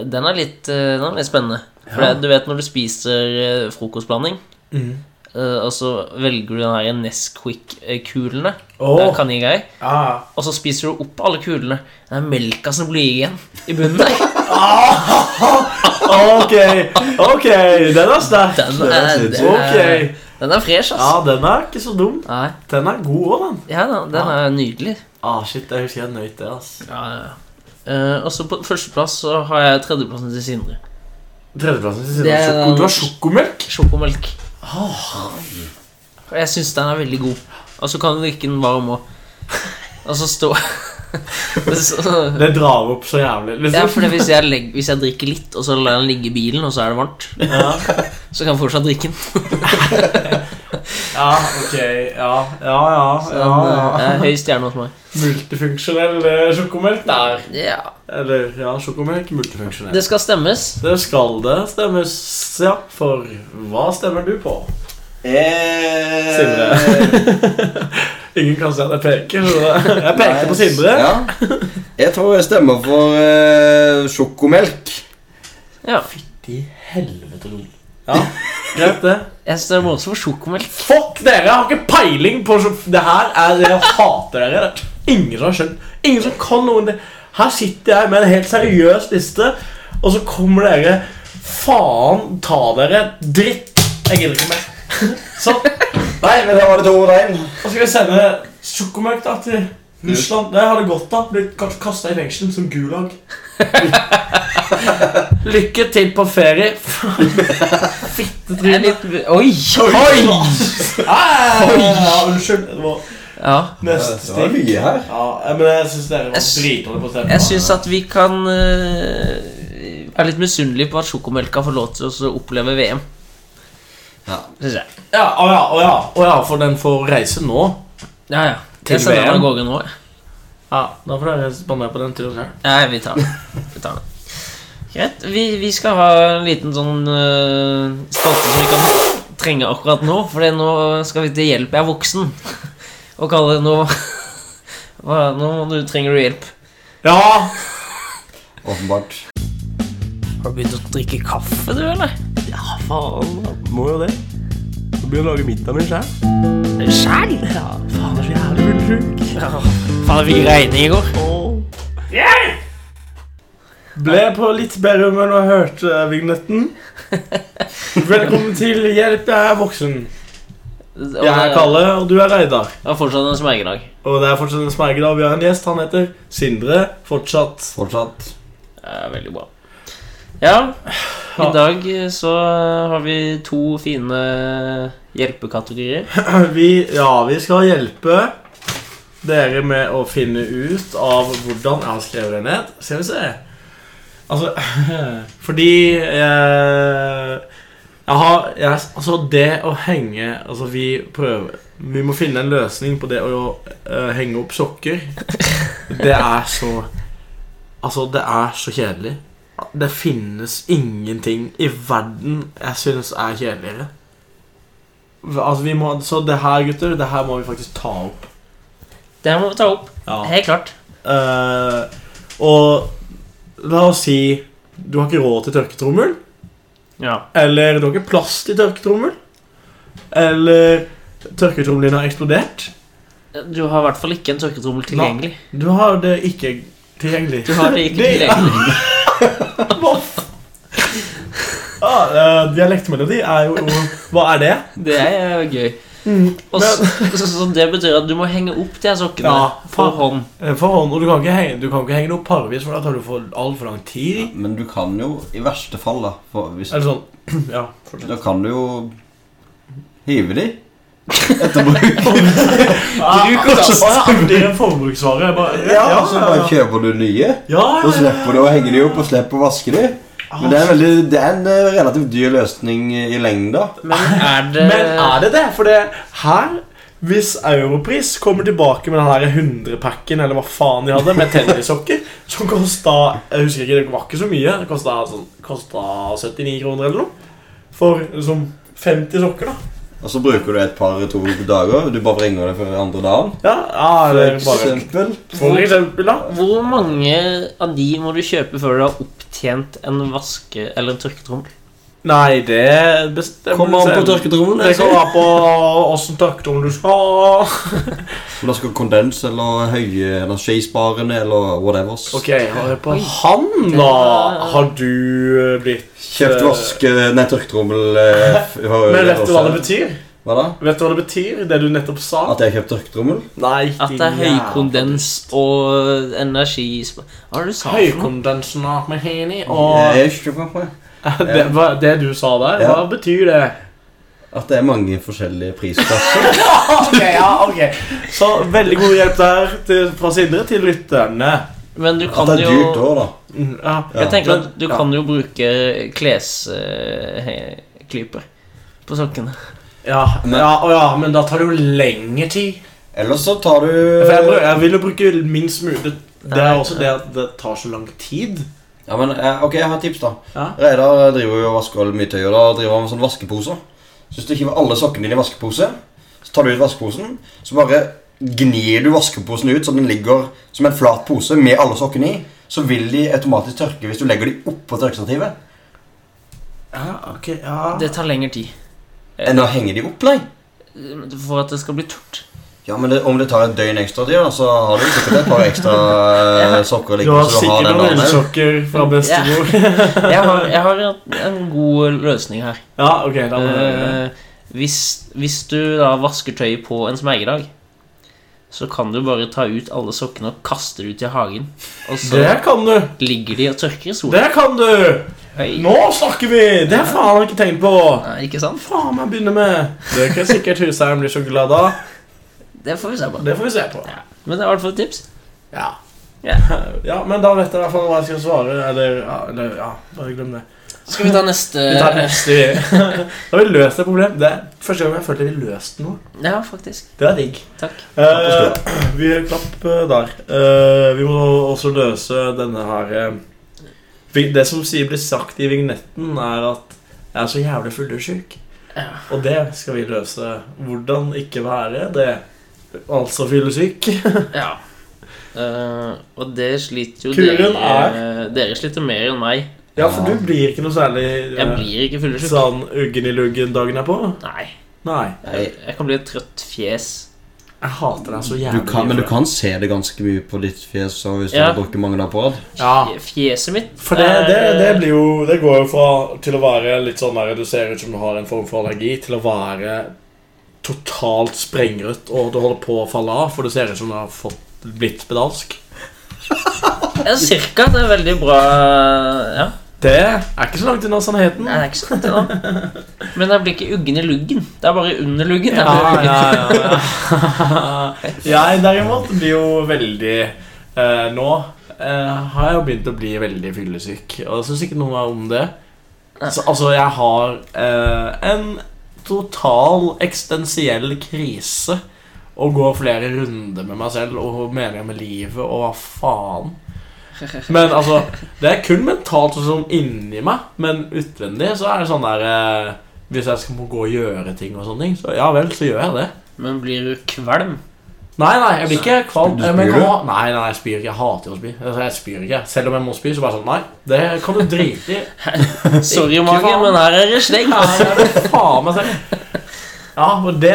[SPEAKER 2] Den er litt, eh, den er litt spennende. For
[SPEAKER 1] Ja.
[SPEAKER 2] det- du vet når du spiser eh, frokostblanding,
[SPEAKER 1] Mhm.
[SPEAKER 2] eh, og så velger du den her Nesquik-kulene Det er
[SPEAKER 1] Åh,
[SPEAKER 2] kaningreier.
[SPEAKER 1] ja.
[SPEAKER 2] Og så spiser du opp alle kulene. Det er melka som blir igjen i bunnen der.
[SPEAKER 1] Ok, ok, den er sterk.
[SPEAKER 2] Den er,
[SPEAKER 4] Det
[SPEAKER 2] den
[SPEAKER 4] er
[SPEAKER 2] er,
[SPEAKER 1] Ok.
[SPEAKER 2] den er fresh,
[SPEAKER 1] Ja,
[SPEAKER 2] ass.
[SPEAKER 1] den er ikke så dum.
[SPEAKER 2] Nei,
[SPEAKER 1] Den er god òg, den.
[SPEAKER 2] ja, da, den er nydelig.
[SPEAKER 1] Ah, shit, jeg husker jeg nøt det, ass.
[SPEAKER 2] Ja, ja, ja. Eh, og så på førsteplass så har jeg tredjeplassen til Sindre.
[SPEAKER 1] Tredjeplassen til
[SPEAKER 2] Det
[SPEAKER 1] siden
[SPEAKER 2] er
[SPEAKER 1] av sjoko.
[SPEAKER 2] den-
[SPEAKER 1] Du har sjokomelk?
[SPEAKER 2] Sjokomelk. Ah. Og jeg syns den er veldig god. Og så kan du drikke den varm òg. Og så stå Så-
[SPEAKER 1] Det drar opp så jævlig.
[SPEAKER 2] Ja, for
[SPEAKER 1] Liksom.
[SPEAKER 2] det, hvis, jeg legger, hvis jeg drikker litt, og så lar jeg den ligge i bilen, og så er det varmt,
[SPEAKER 1] Ja,
[SPEAKER 2] så kan jeg fortsatt drikke den.
[SPEAKER 1] ja, ok. Ja, ja,
[SPEAKER 2] Så
[SPEAKER 1] ja.
[SPEAKER 2] den
[SPEAKER 1] ja, ja.
[SPEAKER 2] eh, er høy stjerne hos meg.
[SPEAKER 1] Multifunksjonell eh, sjokomelk der.
[SPEAKER 2] Ja.
[SPEAKER 1] Eller ja, sjokomelk multifunksjonell.
[SPEAKER 2] Det skal stemmes.
[SPEAKER 1] Det skal det stemmes, ja. For hva stemmer du på?
[SPEAKER 4] Eh,
[SPEAKER 1] Sindre. Ingen kan se at jeg peker. så det- Jeg pekte på
[SPEAKER 4] nice.
[SPEAKER 1] Sindre.
[SPEAKER 4] Ja. Jeg tror jeg stemmer for eh, sjokomelk.
[SPEAKER 2] Ja.
[SPEAKER 1] Fytti helvete, Lol. Ja, greit det.
[SPEAKER 2] Jeg stemmer også for sjokomelk.
[SPEAKER 1] Fuck dere! Jeg har ikke peiling på så- Det her er det jeg hater dere. Det er ingen som har skjønt. Ingen som kan noe om det. Her sitter jeg med en helt seriøs liste, og så kommer dere Faen ta dere. Dritt. Jeg gidder ikke mer. Sånn.
[SPEAKER 4] Nei, men da var det to og én.
[SPEAKER 1] Og så skal vi sende sjokomelk da til Russland. Det hadde gått da. Blitt kasta i fengsel som gulag. Lykke til på ferie.
[SPEAKER 2] Jeg er
[SPEAKER 1] Fittetryne.
[SPEAKER 2] litt Oi!
[SPEAKER 1] Oi! Ah! Ja, unnskyld. Det var
[SPEAKER 2] Ja.
[SPEAKER 1] neste
[SPEAKER 4] Det var
[SPEAKER 1] stikk.
[SPEAKER 4] mye her.
[SPEAKER 1] Ja, men jeg syns dere var
[SPEAKER 2] Jeg s-
[SPEAKER 1] dritdårlige på
[SPEAKER 2] Jeg
[SPEAKER 1] stedet.
[SPEAKER 2] syns at vi kan eh, være litt misunnelige på at sjokomelka får lov til å oppleve VM.
[SPEAKER 4] Ja.
[SPEAKER 2] Synes jeg.
[SPEAKER 1] Ja, å ja, å ja, å ja, for den får reise nå.
[SPEAKER 2] Ja, ja.
[SPEAKER 1] Til
[SPEAKER 2] jeg sender
[SPEAKER 1] VM?
[SPEAKER 2] den av gårde nå. jeg.
[SPEAKER 1] Ja, Da får dere spandere på den turen her.
[SPEAKER 2] Nei, vi tar den. Vi tar den. Greit. Vi, vi skal ha en liten sånn eh, spalte som vi kan trenge akkurat nå, for nå skal vi til Hjelp, jeg er voksen. Og kalle det nå hva, Nå må du, trenger du hjelp.
[SPEAKER 1] Ja!
[SPEAKER 4] Åpenbart.
[SPEAKER 2] Har du begynt å drikke kaffe, du, eller? Ja, faen.
[SPEAKER 1] Må jo det. Så blir det å lage middag min sjæl.
[SPEAKER 2] Sjæl? Ja, faen, jeg er så jævlig fullsjuk. Ja. Faen, jeg fikk regning i går.
[SPEAKER 1] Ble på litt bedre humør når jeg hørte eh, vignetten. Velkommen til Hjelp, jeg er voksen. Jeg er Kalle, og du er Reidar.
[SPEAKER 2] Det var fortsatt en smergedag.
[SPEAKER 1] Og det er fortsatt en smergedag. Vi har en gjest. Han heter Sindre. Fortsatt.
[SPEAKER 4] Fortsatt.
[SPEAKER 2] Ja, veldig bra. Ja, i
[SPEAKER 1] Ja.
[SPEAKER 2] dag eh, så har vi to fine hjelpekategorier.
[SPEAKER 1] Vi, ja, vi skal hjelpe dere med å finne ut av hvordan jeg har skrevet det ned. Skal vi se. Altså Fordi eh, jeg har jeg, Altså, det å henge Altså, vi prøver Vi må finne en løsning på det å eh, henge opp sokker. Det er så Altså, det er så kjedelig. Det finnes ingenting i verden jeg synes er kjedeligere. Altså, vi må, så det her, gutter, det her må vi faktisk ta opp.
[SPEAKER 2] Det her må vi ta opp. Helt klart.
[SPEAKER 1] Eh, og la oss si du har ikke råd til tørketrommel,
[SPEAKER 2] Ja.
[SPEAKER 1] eller du har ikke plass til tørketrommel, eller tørketrommelen din har eksplodert.
[SPEAKER 2] Du har i hvert fall ikke en tørketrommel tilgjengelig.
[SPEAKER 1] Du har det ikke tilgjengelig.
[SPEAKER 2] Du har det ikke tilgjengelig.
[SPEAKER 1] Ja, eh, Ah, dialektmelodi er jo Hva er det?
[SPEAKER 2] Det er jo gøy.
[SPEAKER 1] Mm.
[SPEAKER 2] Og så, så, så det betyr at du må henge opp de her sokkene
[SPEAKER 1] Ja,
[SPEAKER 2] for
[SPEAKER 1] faen.
[SPEAKER 2] hånd.
[SPEAKER 1] Eh, For hånd, og du kan ikke henge, du kan ikke henge noe parvis, for da tar du for altfor lang tid.
[SPEAKER 4] Men du kan jo, i verste fall, da for hvis,
[SPEAKER 1] Eller sånn Ja.
[SPEAKER 4] Da kan du jo hive de etter bruk.
[SPEAKER 1] Bruk også Det er en forbruksvare. jeg Bare, ja,
[SPEAKER 4] Og så bare kjøper du nye.
[SPEAKER 1] ja,
[SPEAKER 4] Da slipper du å henge de opp og slipper å vaske de. Men det er, en veldig, det er en eh, relativt dyr løsning i lengda.
[SPEAKER 2] Men er det,
[SPEAKER 1] Men er det det? For det her hvis Europris kommer tilbake med den her 100-packen eller hva faen de hadde, med tennissokker, som kosta Jeg husker ikke, det var ikke så mye. Det kosta, sånn, kosta 79 kroner eller noe. For liksom 50 sokker, da.
[SPEAKER 4] Og så bruker du et par-to dager. Du bare bringer det for andre dagen.
[SPEAKER 1] Ja, ja
[SPEAKER 4] For
[SPEAKER 1] eller bare
[SPEAKER 4] eksempel.
[SPEAKER 1] For eksempel, da.
[SPEAKER 2] Hvor mange av de må du kjøpe før du har opptjent en vaske- eller en tørketrommel?
[SPEAKER 1] Nei, det bestemmer
[SPEAKER 4] Kommer an på
[SPEAKER 1] selv.
[SPEAKER 4] tørketrommelen.
[SPEAKER 1] Det sånn.
[SPEAKER 4] liksom.
[SPEAKER 1] kommer an på åssen tørketrommel du skal ha.
[SPEAKER 4] Om det skal kondens eller høye energisparende eller whatever.
[SPEAKER 1] Ok, hør på han, da. Har du eh, blitt
[SPEAKER 4] Kjøpt vaske... Nei, tørketrommel eh, f- for-
[SPEAKER 1] Men vet du hva det
[SPEAKER 4] også.
[SPEAKER 1] betyr?
[SPEAKER 4] Hva da?
[SPEAKER 1] Vet du hva det betyr, det du nettopp sa?
[SPEAKER 4] At jeg har kjøpt tørketrommel?
[SPEAKER 1] Nei,
[SPEAKER 2] At det er høykondens og energi Hva var det du sa? for noe?
[SPEAKER 1] Høykondensen av Mahini og
[SPEAKER 4] Jeg er ikke på meg.
[SPEAKER 1] det, hva, det du sa der, hva
[SPEAKER 4] Ja.
[SPEAKER 1] betyr det?
[SPEAKER 4] At det er mange forskjellige prisklasser.
[SPEAKER 1] Ok, ja, ok. Så veldig god hjelp der til, fra Sindre til lytterne.
[SPEAKER 2] Men du
[SPEAKER 4] At
[SPEAKER 2] kan
[SPEAKER 4] det er
[SPEAKER 2] jo
[SPEAKER 4] dyrt òg, da.
[SPEAKER 1] Mm, Ja.
[SPEAKER 4] Ja.
[SPEAKER 2] Jeg tenker at
[SPEAKER 1] Men-
[SPEAKER 2] du
[SPEAKER 1] ja.
[SPEAKER 2] kan jo bruke klesklyper på sokkene.
[SPEAKER 1] Ja,
[SPEAKER 4] Men-
[SPEAKER 1] ja, å ja, men da tar det jo lengre tid.
[SPEAKER 4] Ellers så tar du
[SPEAKER 1] For jeg, bruk, jeg vil jo bruke minst mulig det, det
[SPEAKER 2] Nei,
[SPEAKER 1] er også det at det tar så lang tid.
[SPEAKER 4] Ja, men eh, Ok, jeg har et tips, da.
[SPEAKER 1] Ja.
[SPEAKER 4] Reidar driver jo og vasker all mye tøy, og da driver han med sånn vaskepose. Så hvis du hiver alle sokkene dine i vaskepose, så tar du ut vaskeposen, så bare gnir du vaskeposen ut så den ligger som en flat pose med alle sokkene i. Så vil de automatisk tørke hvis du legger de oppå tørkestativet.
[SPEAKER 1] Ja, ok, ja.
[SPEAKER 2] Det tar lengre tid. eh,
[SPEAKER 4] Enn å henge de opp, nei.
[SPEAKER 2] For at det skal bli tørt.
[SPEAKER 4] Ja, men det, om det tar et døgn ekstra, tid, da, så har du jo sikkert et par ekstra eh, sokker
[SPEAKER 1] du har
[SPEAKER 4] liggende. så du har
[SPEAKER 1] sikkert noen
[SPEAKER 4] den dagen her.
[SPEAKER 1] elsokker fra bestemor. Ja.
[SPEAKER 2] Jeg har, jeg har en- en god løsning her.
[SPEAKER 1] ok, da må jeg gjøre det.
[SPEAKER 2] Eh, hvis, hvis du da vasker tøyet på en smergedag, så kan du bare ta ut alle sokkene og kaste det ut i hagen. Og så
[SPEAKER 1] Det kan du!
[SPEAKER 2] ligger de og tørker i solen.
[SPEAKER 1] Det kan du!
[SPEAKER 2] Oi.
[SPEAKER 1] Nå snakker vi! Det har faen jeg ikke tenkt på.
[SPEAKER 2] Nei, ikke sant?
[SPEAKER 1] Faen jeg begynner med. Det er ikke sikkert Husheim blir så glad av.
[SPEAKER 2] Det får vi se på.
[SPEAKER 1] Det får vi se på.
[SPEAKER 2] Ja. Men det er i hvert fall et tips.
[SPEAKER 1] Ja.
[SPEAKER 2] Ja.
[SPEAKER 1] ja, men da vet jeg i hvert fall hva jeg skal svare. Eller ja, eller, ja bare glem det.
[SPEAKER 2] Skal vi ta neste?
[SPEAKER 1] Vi tar neste. Da har vi løst et problem. Det er første gang jeg følte vi løste noe.
[SPEAKER 2] Ja, faktisk.
[SPEAKER 1] Det var digg.
[SPEAKER 2] Takk.
[SPEAKER 1] Eh, vi klapp eh, der. Eh, vi må også løse denne her eh, vi- Det som sier blir sagt i vignetten, er at jeg er så jævlig fyllesyk.
[SPEAKER 2] Ja.
[SPEAKER 1] Og det skal vi løse. Hvordan ikke være det. Altså fyllesyk.
[SPEAKER 2] Ja. Eh, og det sliter jo
[SPEAKER 1] Kuren
[SPEAKER 2] dere eh, Dere sliter mer enn meg.
[SPEAKER 1] Ja, for du blir ikke noe særlig
[SPEAKER 2] Jeg
[SPEAKER 1] eh,
[SPEAKER 2] blir ikke fyllesyk.
[SPEAKER 1] sånn uggen i luggen dagen er på.
[SPEAKER 2] Nei.
[SPEAKER 1] Nei.
[SPEAKER 2] Jeg, jeg kan bli et trøtt fjes.
[SPEAKER 1] Jeg hater deg så jævlig.
[SPEAKER 4] Du kan, men du
[SPEAKER 1] mye for
[SPEAKER 4] kan se det ganske mye på ditt fjes så hvis
[SPEAKER 2] Ja.
[SPEAKER 4] du har drukket mange dager på rad.
[SPEAKER 1] det. Ja.
[SPEAKER 2] Fjeset mitt
[SPEAKER 1] Ah. For det,
[SPEAKER 2] er-
[SPEAKER 1] det, det blir jo Det går jo fra til å være litt sånn der du ser ut som du har en form for allergi, til å være totalt sprengrødt og du holder på å falle av, for du ser ut som du har fått blitt pedalsk.
[SPEAKER 2] Ja, cirka. Det er veldig bra Ja.
[SPEAKER 1] Det er ikke så langt unna sannheten.
[SPEAKER 2] Nei, det er ikke så godt, det da. Men jeg blir ikke uggen i luggen. Det er bare under luggen.
[SPEAKER 1] Ja,
[SPEAKER 2] jeg blir
[SPEAKER 1] ja,
[SPEAKER 2] uggen.
[SPEAKER 1] ja, ja. Jeg derimot blir jo veldig eh, Nå eh, har jeg jo begynt å bli veldig fyllesyk, og jeg syns ikke noe om det. Så, altså, jeg har eh, en total eksistensiell krise og går flere runder med meg selv og meninger med livet og hva faen. Men altså, det er kun mentalt sånn som inni meg, men utvendig så er det sånn der eh, hvis jeg skal må gå og gjøre ting, og sånne ting så ja vel, så gjør jeg det.
[SPEAKER 2] Men blir du kvalm?
[SPEAKER 1] Nei, nei, jeg blir ikke kvalm.
[SPEAKER 4] Du
[SPEAKER 1] eh, men jeg
[SPEAKER 4] spyr,
[SPEAKER 1] kan ha- Nei, nei, jeg spyr ikke. Jeg hater å spy. Altså, Jeg spyr ikke. Selv om jeg må spy, så bare sånn Nei, det kan du drite i.
[SPEAKER 2] Sorry,
[SPEAKER 1] Ikke
[SPEAKER 2] mage,
[SPEAKER 1] kvalm.
[SPEAKER 2] men her er det slengt.
[SPEAKER 1] Nei, jeg vil faen meg selv. Ja, og det,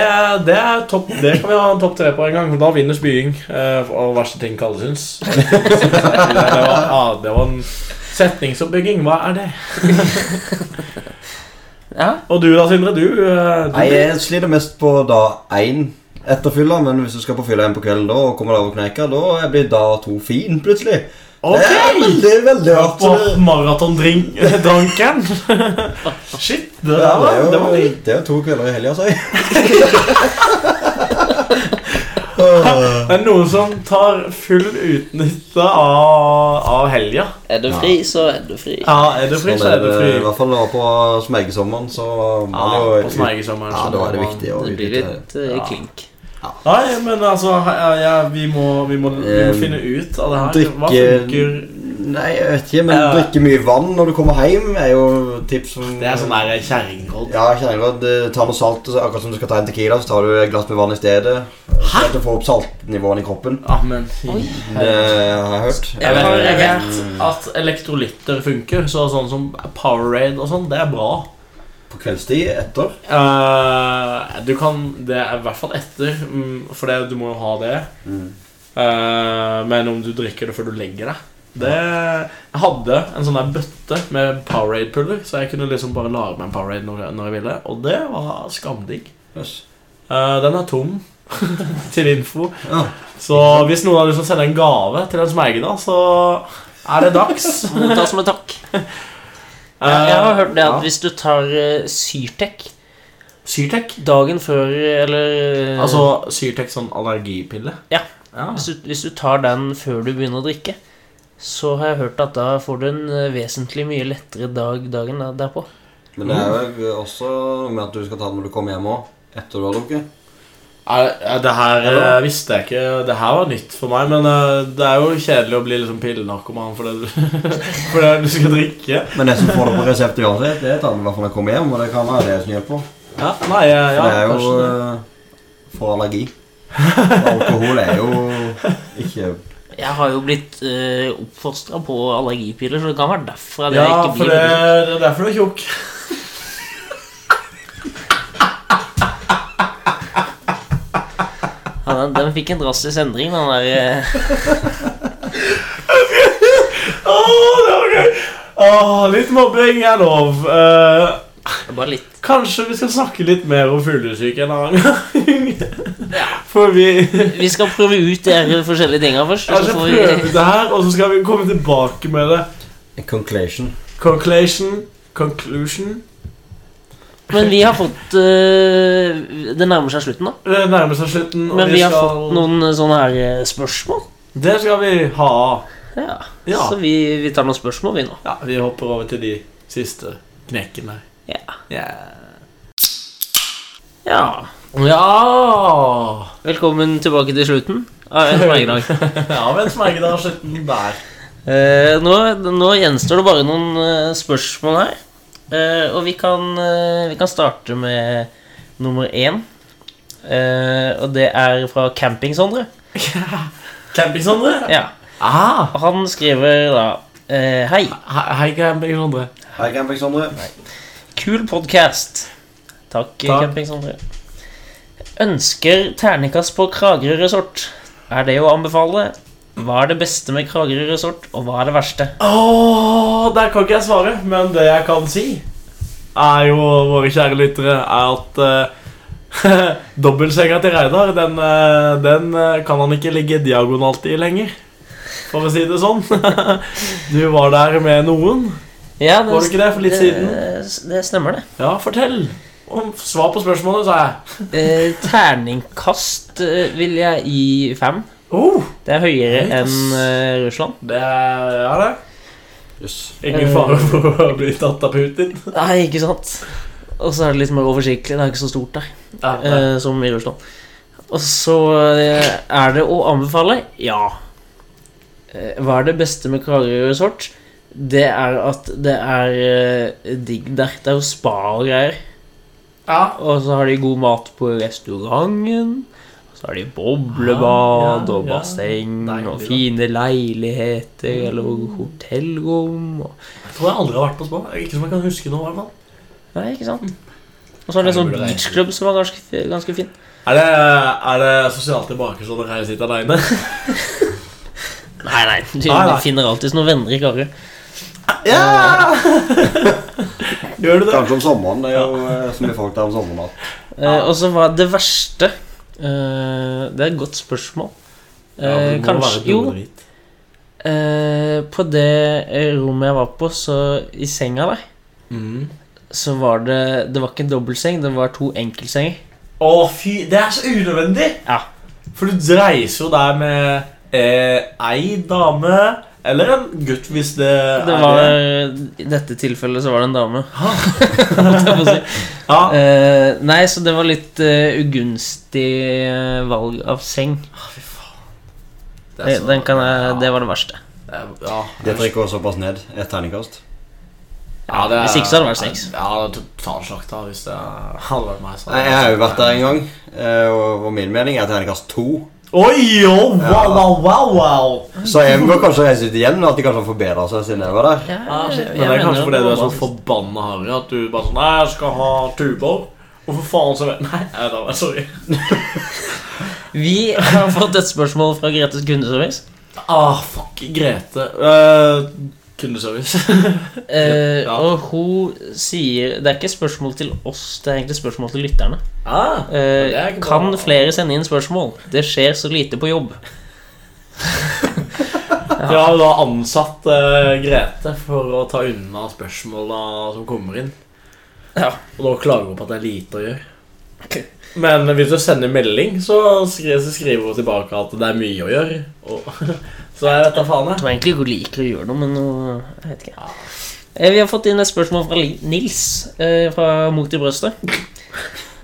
[SPEAKER 1] det er topp Det kan vi ha en topp tre på en gang. for Da vinner spying. eh, Og verste ting Kalle syns. Det var, ja, det var en setningsoppbygging. Hva er det?
[SPEAKER 2] Ja.
[SPEAKER 1] Og du da, Sindre? Du, eh, du
[SPEAKER 4] Nei, jeg sliter mest på dag én etter fylla, men hvis du skal på fylla igjen på kvelden da, og kommer deg over kneika, da blir dag to fin, plutselig. Det er
[SPEAKER 1] Ok!
[SPEAKER 4] veldig, veldig rart.
[SPEAKER 1] På maratondranken. Shit, det der
[SPEAKER 4] Ja, det, er
[SPEAKER 1] var,
[SPEAKER 4] jo,
[SPEAKER 1] det var fint.
[SPEAKER 4] det er jo to kvelder i helga, sier
[SPEAKER 1] Det Sånn er noen som tar full utnytte av, av helga.
[SPEAKER 2] Er du fri, så er du fri.
[SPEAKER 1] Ja, er det fri,
[SPEAKER 4] Sånn
[SPEAKER 1] så
[SPEAKER 4] er
[SPEAKER 1] er det
[SPEAKER 4] det, I
[SPEAKER 1] fri.
[SPEAKER 4] hvert fall nå på smergesommeren, så
[SPEAKER 1] Ja,
[SPEAKER 4] må man
[SPEAKER 1] på
[SPEAKER 4] jo
[SPEAKER 1] smergesommeren.
[SPEAKER 4] Ja,
[SPEAKER 1] så
[SPEAKER 4] da
[SPEAKER 1] må
[SPEAKER 4] er det
[SPEAKER 1] man-
[SPEAKER 4] viktig å
[SPEAKER 2] Det blir
[SPEAKER 4] utnytte det.
[SPEAKER 2] litt eh, klink.
[SPEAKER 1] Nei, men altså, he- ja, ja, vi må, vi må, vi må
[SPEAKER 4] Eh,
[SPEAKER 1] finne ut av det her. Hva
[SPEAKER 4] Drikke
[SPEAKER 1] funker
[SPEAKER 4] Nei, jeg vet ikke, men
[SPEAKER 1] Ja.
[SPEAKER 4] drikke mye vann når du kommer hjem, er jo tips som
[SPEAKER 1] Det er sånn der kjerringråd.
[SPEAKER 4] Ja, jeg kjenner godt. eh, Ta noe salt, så akkurat som du skal ta en tequila, så tar du et glass med vann i stedet. Sånn at du får opp saltnivåene i kroppen.
[SPEAKER 1] Amen.
[SPEAKER 2] Oi.
[SPEAKER 4] Det har jeg hørt.
[SPEAKER 1] Jeg vet, Ah, jeg vet at elektrolytter funker, så sånn som Powerade og sånn, det er bra.
[SPEAKER 4] På kveldstid etter.
[SPEAKER 1] Eh, du kan Det er i hvert fall etter, mm, for det, du må jo ha det. Eh, men om du drikker det før du legger deg det, Jeg hadde en sånn der bøtte med Powerade-puller, så jeg kunne liksom bare lage meg en Powerade når, når jeg ville, og det var skamdigg.
[SPEAKER 4] Yes.
[SPEAKER 1] Eh, den er tom, til info.
[SPEAKER 4] Ja.
[SPEAKER 1] Så hvis noen har lyst til å sende en gave til en smerge, da, så er det dags.
[SPEAKER 2] Motta som en takk. Jeg, jeg har hørt det
[SPEAKER 1] Eh,
[SPEAKER 2] at hvis du tar uh, Syrtec
[SPEAKER 1] Syrtec?
[SPEAKER 2] dagen før, eller eh,
[SPEAKER 1] Altså Syrtec sånn allergipille?
[SPEAKER 2] Ja.
[SPEAKER 1] ja.
[SPEAKER 2] hvis, du, hvis du tar den før du begynner å drikke, så har jeg hørt at da får du en eh, vesentlig mye lettere dag dagen der- derpå.
[SPEAKER 4] Men det er jo
[SPEAKER 1] Mm.
[SPEAKER 4] også noe med at du skal ta det når du kommer hjem òg. Etter du har drukket.
[SPEAKER 1] Er, er det her eh, visste jeg ikke Det her var nytt for meg, men eh, det er jo kjedelig å bli liksom pillenarkoman fordi du, for det du skal drikke.
[SPEAKER 4] Men det som får det på resept uansett, det tar du i hvert fall når du kommer hjem. Og det kan være det som hjelper.
[SPEAKER 1] Ja, nei, eh, ja,
[SPEAKER 4] det er jo
[SPEAKER 1] kanskje det.
[SPEAKER 4] eh, for allergi. Og alkohol er jo ikke
[SPEAKER 2] Jeg har jo blitt uh, oppfostra på allergipiler, så det kan være derfor at
[SPEAKER 1] Ja,
[SPEAKER 2] jeg ikke
[SPEAKER 1] for
[SPEAKER 2] blir
[SPEAKER 1] det,
[SPEAKER 2] det...
[SPEAKER 1] det er derfor du er tjukk.
[SPEAKER 2] ja, den, den fikk en drastisk endring, den der eh,
[SPEAKER 1] Åh, det var gøy! Åh, litt mobbing er lov. Eh,
[SPEAKER 2] Bare litt.
[SPEAKER 1] kanskje vi skal snakke litt mer om fuglesyke en annen gang. For vi
[SPEAKER 2] Vi skal prøve ut de her forskjellige tinga først.
[SPEAKER 1] Ja,
[SPEAKER 2] Og
[SPEAKER 1] så
[SPEAKER 2] så får
[SPEAKER 1] prøver
[SPEAKER 2] vi
[SPEAKER 1] vi det her, og så skal vi komme tilbake med det.
[SPEAKER 4] Conclation.
[SPEAKER 1] Conclusion. Conclusion.
[SPEAKER 2] Men vi har fått eh, Det nærmer seg slutten, da.
[SPEAKER 1] Det Eh, nærmer seg slutten. og
[SPEAKER 2] Men vi har
[SPEAKER 1] skal-
[SPEAKER 2] fått noen eh, sånne her eh, spørsmål.
[SPEAKER 1] Det skal vi ha.
[SPEAKER 2] Ja.
[SPEAKER 1] Ja.
[SPEAKER 2] Så vi, vi tar noen spørsmål, vi nå.
[SPEAKER 1] ja. Vi hopper over til de siste knekkene.
[SPEAKER 2] Ja.
[SPEAKER 1] Ja.
[SPEAKER 2] ja.
[SPEAKER 1] Ja
[SPEAKER 2] Velkommen tilbake til slutten av en smergedag.
[SPEAKER 1] Ja, men smerget av slutten der.
[SPEAKER 2] Eh, nå, nå gjenstår det bare noen eh, spørsmål her. Eh, og vi kan, eh, vi kan starte med nummer én. Eh, og det er fra Camping-Sondre.
[SPEAKER 1] Campingsondre?
[SPEAKER 2] Ja.
[SPEAKER 1] Ah,
[SPEAKER 2] Og han skriver da eh, Hei.
[SPEAKER 1] he- hei, Campingsondre.
[SPEAKER 4] Hei, Camping Sondre.
[SPEAKER 2] Kul podkast. Takk,
[SPEAKER 1] Takk.
[SPEAKER 2] Camping Sondre. Ønsker terningkast på Kragerø resort. Er det å anbefale? Hva er det beste med Kragerø resort, og hva er det verste?
[SPEAKER 1] Åh, der kan ikke jeg svare, men det jeg kan si, er jo, våre kjære lyttere, er at eh, dobbeltsenga til Reidar, den, eh, den eh, kan han ikke ligge diagonalt i lenger. For å si det sånn. du var der med noen.
[SPEAKER 2] Ja,
[SPEAKER 1] Var det ikke det for litt
[SPEAKER 2] Det, Eh, det stemmer, det.
[SPEAKER 1] Ja, fortell. Om svar på spørsmålet, sa jeg.
[SPEAKER 2] Eh, terningkast eh, vil jeg gi fem.
[SPEAKER 1] Oh,
[SPEAKER 2] Det er høyere
[SPEAKER 1] Høyt, ass.
[SPEAKER 2] enn eh, Russland.
[SPEAKER 1] det er ja, det.
[SPEAKER 4] Yes.
[SPEAKER 1] Ingen fare for å bli tatt av Putin.
[SPEAKER 2] Nei, ikke sant? Og så er det litt mer oversiktlig. Det er ikke så stort der
[SPEAKER 1] Ja, det-
[SPEAKER 2] eh, som i Russland. Og så eh, er det å anbefale. Ja. Eh, Hva er det beste med Kragerø resort? Det er at det er eh, digg der. Det er jo spa og greier.
[SPEAKER 1] ja.
[SPEAKER 2] Og så har de god mat på restauranten. Og så har de boblebad
[SPEAKER 1] Ah, ja, ja.
[SPEAKER 2] og basseng
[SPEAKER 1] Deilig,
[SPEAKER 2] og
[SPEAKER 1] da.
[SPEAKER 2] fine leiligheter eller hotellrom. Og
[SPEAKER 1] Jeg tror jeg aldri har vært på spa. Ikke som jeg kan huske nå. i hvert fall.
[SPEAKER 2] Nei, ikke sant? Og så er det en
[SPEAKER 1] Nei,
[SPEAKER 2] sånn
[SPEAKER 1] Mm. det burde jeg-
[SPEAKER 2] beachclub som var ganske, ganske fin.
[SPEAKER 1] Er det, er det sosialt tilbakestående når jeg sitter aleine?
[SPEAKER 2] Nei, nei, du
[SPEAKER 1] Nei, nei.
[SPEAKER 2] finner alltid noen venner i Karøy.
[SPEAKER 1] Ja! Gjør du det?
[SPEAKER 4] Kanskje om sommeren. Det er jo eh, så mye folk der om sommeren. at-
[SPEAKER 2] Eh, og så var det verste eh, Det er et godt spørsmål. Eh, kanskje Jo, eh, på det rommet jeg var på, så i senga der,
[SPEAKER 1] Mm.
[SPEAKER 2] så var det Det var ikke en dobbeltseng, det var to enkeltsenger.
[SPEAKER 1] Å, fy, det er så unødvendig!
[SPEAKER 2] Ja.
[SPEAKER 1] For du reiser jo der med eh, ei dame eller en gutt, hvis det,
[SPEAKER 2] Det var, eh, I dette tilfellet så var det en dame. Holdt jeg på å si.
[SPEAKER 1] Ja.
[SPEAKER 2] Eh, nei, så det var litt eh, ugunstig eh, valg av seng. Det, den kan jeg, det var det verste.
[SPEAKER 1] Ja, ja.
[SPEAKER 4] Det trykker såpass ned. Ett terningkast.
[SPEAKER 1] Ja, det er-
[SPEAKER 2] Hvis ikke så hadde det vært seks.
[SPEAKER 1] Ja, totalslakt da, hvis det hadde vært meg. så hadde
[SPEAKER 4] Nei,
[SPEAKER 1] det vært
[SPEAKER 4] Jeg har jo
[SPEAKER 1] seks.
[SPEAKER 4] vært der en gang, eh, og og min mening er terningkast to.
[SPEAKER 1] Oi, oh, wow,
[SPEAKER 4] Ja.
[SPEAKER 1] wow, wow, wow.
[SPEAKER 4] Så jeg må kanskje reise ut igjen, at de kanskje har forbedret seg siden jeg var der.
[SPEAKER 1] Ah, shit.
[SPEAKER 2] jeg
[SPEAKER 1] Men det er
[SPEAKER 2] mener
[SPEAKER 1] kanskje
[SPEAKER 2] at
[SPEAKER 1] fordi du er
[SPEAKER 2] var
[SPEAKER 1] så forbanna harry at du bare sånn Nei, jeg skal ha tuber. Og for faen så vet Nei, nei da, sorry.
[SPEAKER 2] Vi har fått et spørsmål fra Gretes kundeservice.
[SPEAKER 1] Ah, fuck Grete. Eh, kundeservice.
[SPEAKER 2] Eh,
[SPEAKER 1] Ja.
[SPEAKER 2] Og hun sier Det er ikke spørsmål til oss, det er egentlig spørsmål til lytterne.
[SPEAKER 1] Ah,
[SPEAKER 2] Eh,
[SPEAKER 1] det er ikke bra.
[SPEAKER 2] kan flere sende inn spørsmål? Det skjer så lite på jobb.
[SPEAKER 1] ja. Vi har jo da ansatt eh, Grete for å ta unna spørsmåla som kommer inn.
[SPEAKER 2] Ja.
[SPEAKER 1] Og da klager hun på at det er lite å gjøre. Men hvis du sender melding, så skriver, så skriver hun tilbake at det er mye å gjøre. Og, så jeg vet da faen, jeg.
[SPEAKER 2] Jeg tror egentlig ikke hun liker å gjøre noe, men hun jeg vet ikke. Eh, vi har fått inn et spørsmål fra Li- Nils eh, fra Mot i brøstet.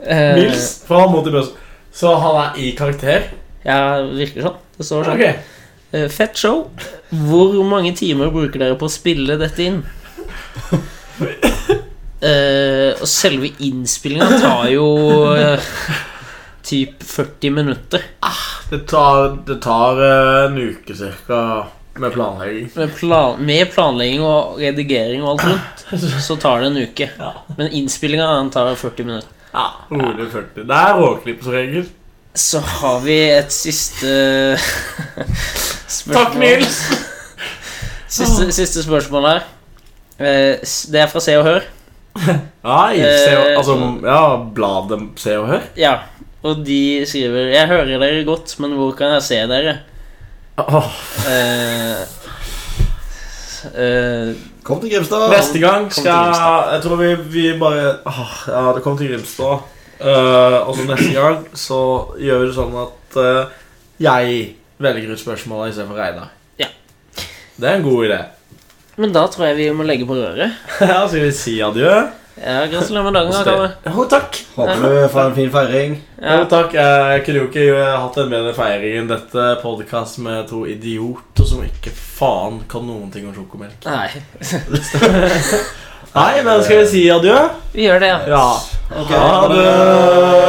[SPEAKER 2] Eh,
[SPEAKER 1] Nils fra Mot i Bøs. Så han er i karakter?
[SPEAKER 2] Ja, virker sånn. Det står sånn.
[SPEAKER 1] Ok.
[SPEAKER 2] Eh, fett show. Hvor mange timer bruker dere på å spille dette inn? Eh, og selve innspillinga tar jo uh, typ 40 minutter.
[SPEAKER 1] Det tar, det tar eh, en uke cirka med planlegging.
[SPEAKER 2] Med, plan med planlegging og redigering og alt rundt så tar det en uke.
[SPEAKER 1] Ja.
[SPEAKER 2] Men innspillinga tar 40 minutter.
[SPEAKER 1] Ja, rolig 40. Det er råklipp som regel.
[SPEAKER 2] Så har vi et siste spørsmål.
[SPEAKER 1] Takk, Nils!
[SPEAKER 2] Siste, siste spørsmål her. Eh, s- Det er fra Se og Hør.
[SPEAKER 1] Nei,
[SPEAKER 2] Eh,
[SPEAKER 1] se og, altså, ja, bladet Se og Hør.
[SPEAKER 2] Ja, og de skriver Jeg hører dere godt, men hvor kan jeg se dere?
[SPEAKER 1] Åh,
[SPEAKER 2] Eh, eh,
[SPEAKER 4] Kom til Grimstad.
[SPEAKER 1] neste gang skal
[SPEAKER 2] Grimstad.
[SPEAKER 1] Jeg tror vi, vi bare åh, Ja, det kommer til Grimstad. Eh, og så neste gang så gjør vi det sånn at eh, jeg velger ut spørsmåla istedenfor Reidar.
[SPEAKER 2] Ja.
[SPEAKER 1] Det er en god idé.
[SPEAKER 2] men da tror jeg vi må legge på røret.
[SPEAKER 1] Ja, skal vi si adjø?
[SPEAKER 2] Ja, Gratulerer med dagen. da, Kalle.
[SPEAKER 1] Jo, takk.
[SPEAKER 4] Håper du får en fin feiring.
[SPEAKER 1] Ja.
[SPEAKER 2] Ja.
[SPEAKER 1] takk. Jeg kunne jo ikke hatt en bedre feiring enn dette podkast med to idioter som ikke faen kan noen ting om sjokomelk.
[SPEAKER 2] Nei,
[SPEAKER 1] Nei, men skal vi si adjø?
[SPEAKER 2] vi gjør det, ja.
[SPEAKER 1] Ja.
[SPEAKER 4] Ok,
[SPEAKER 1] Ha det!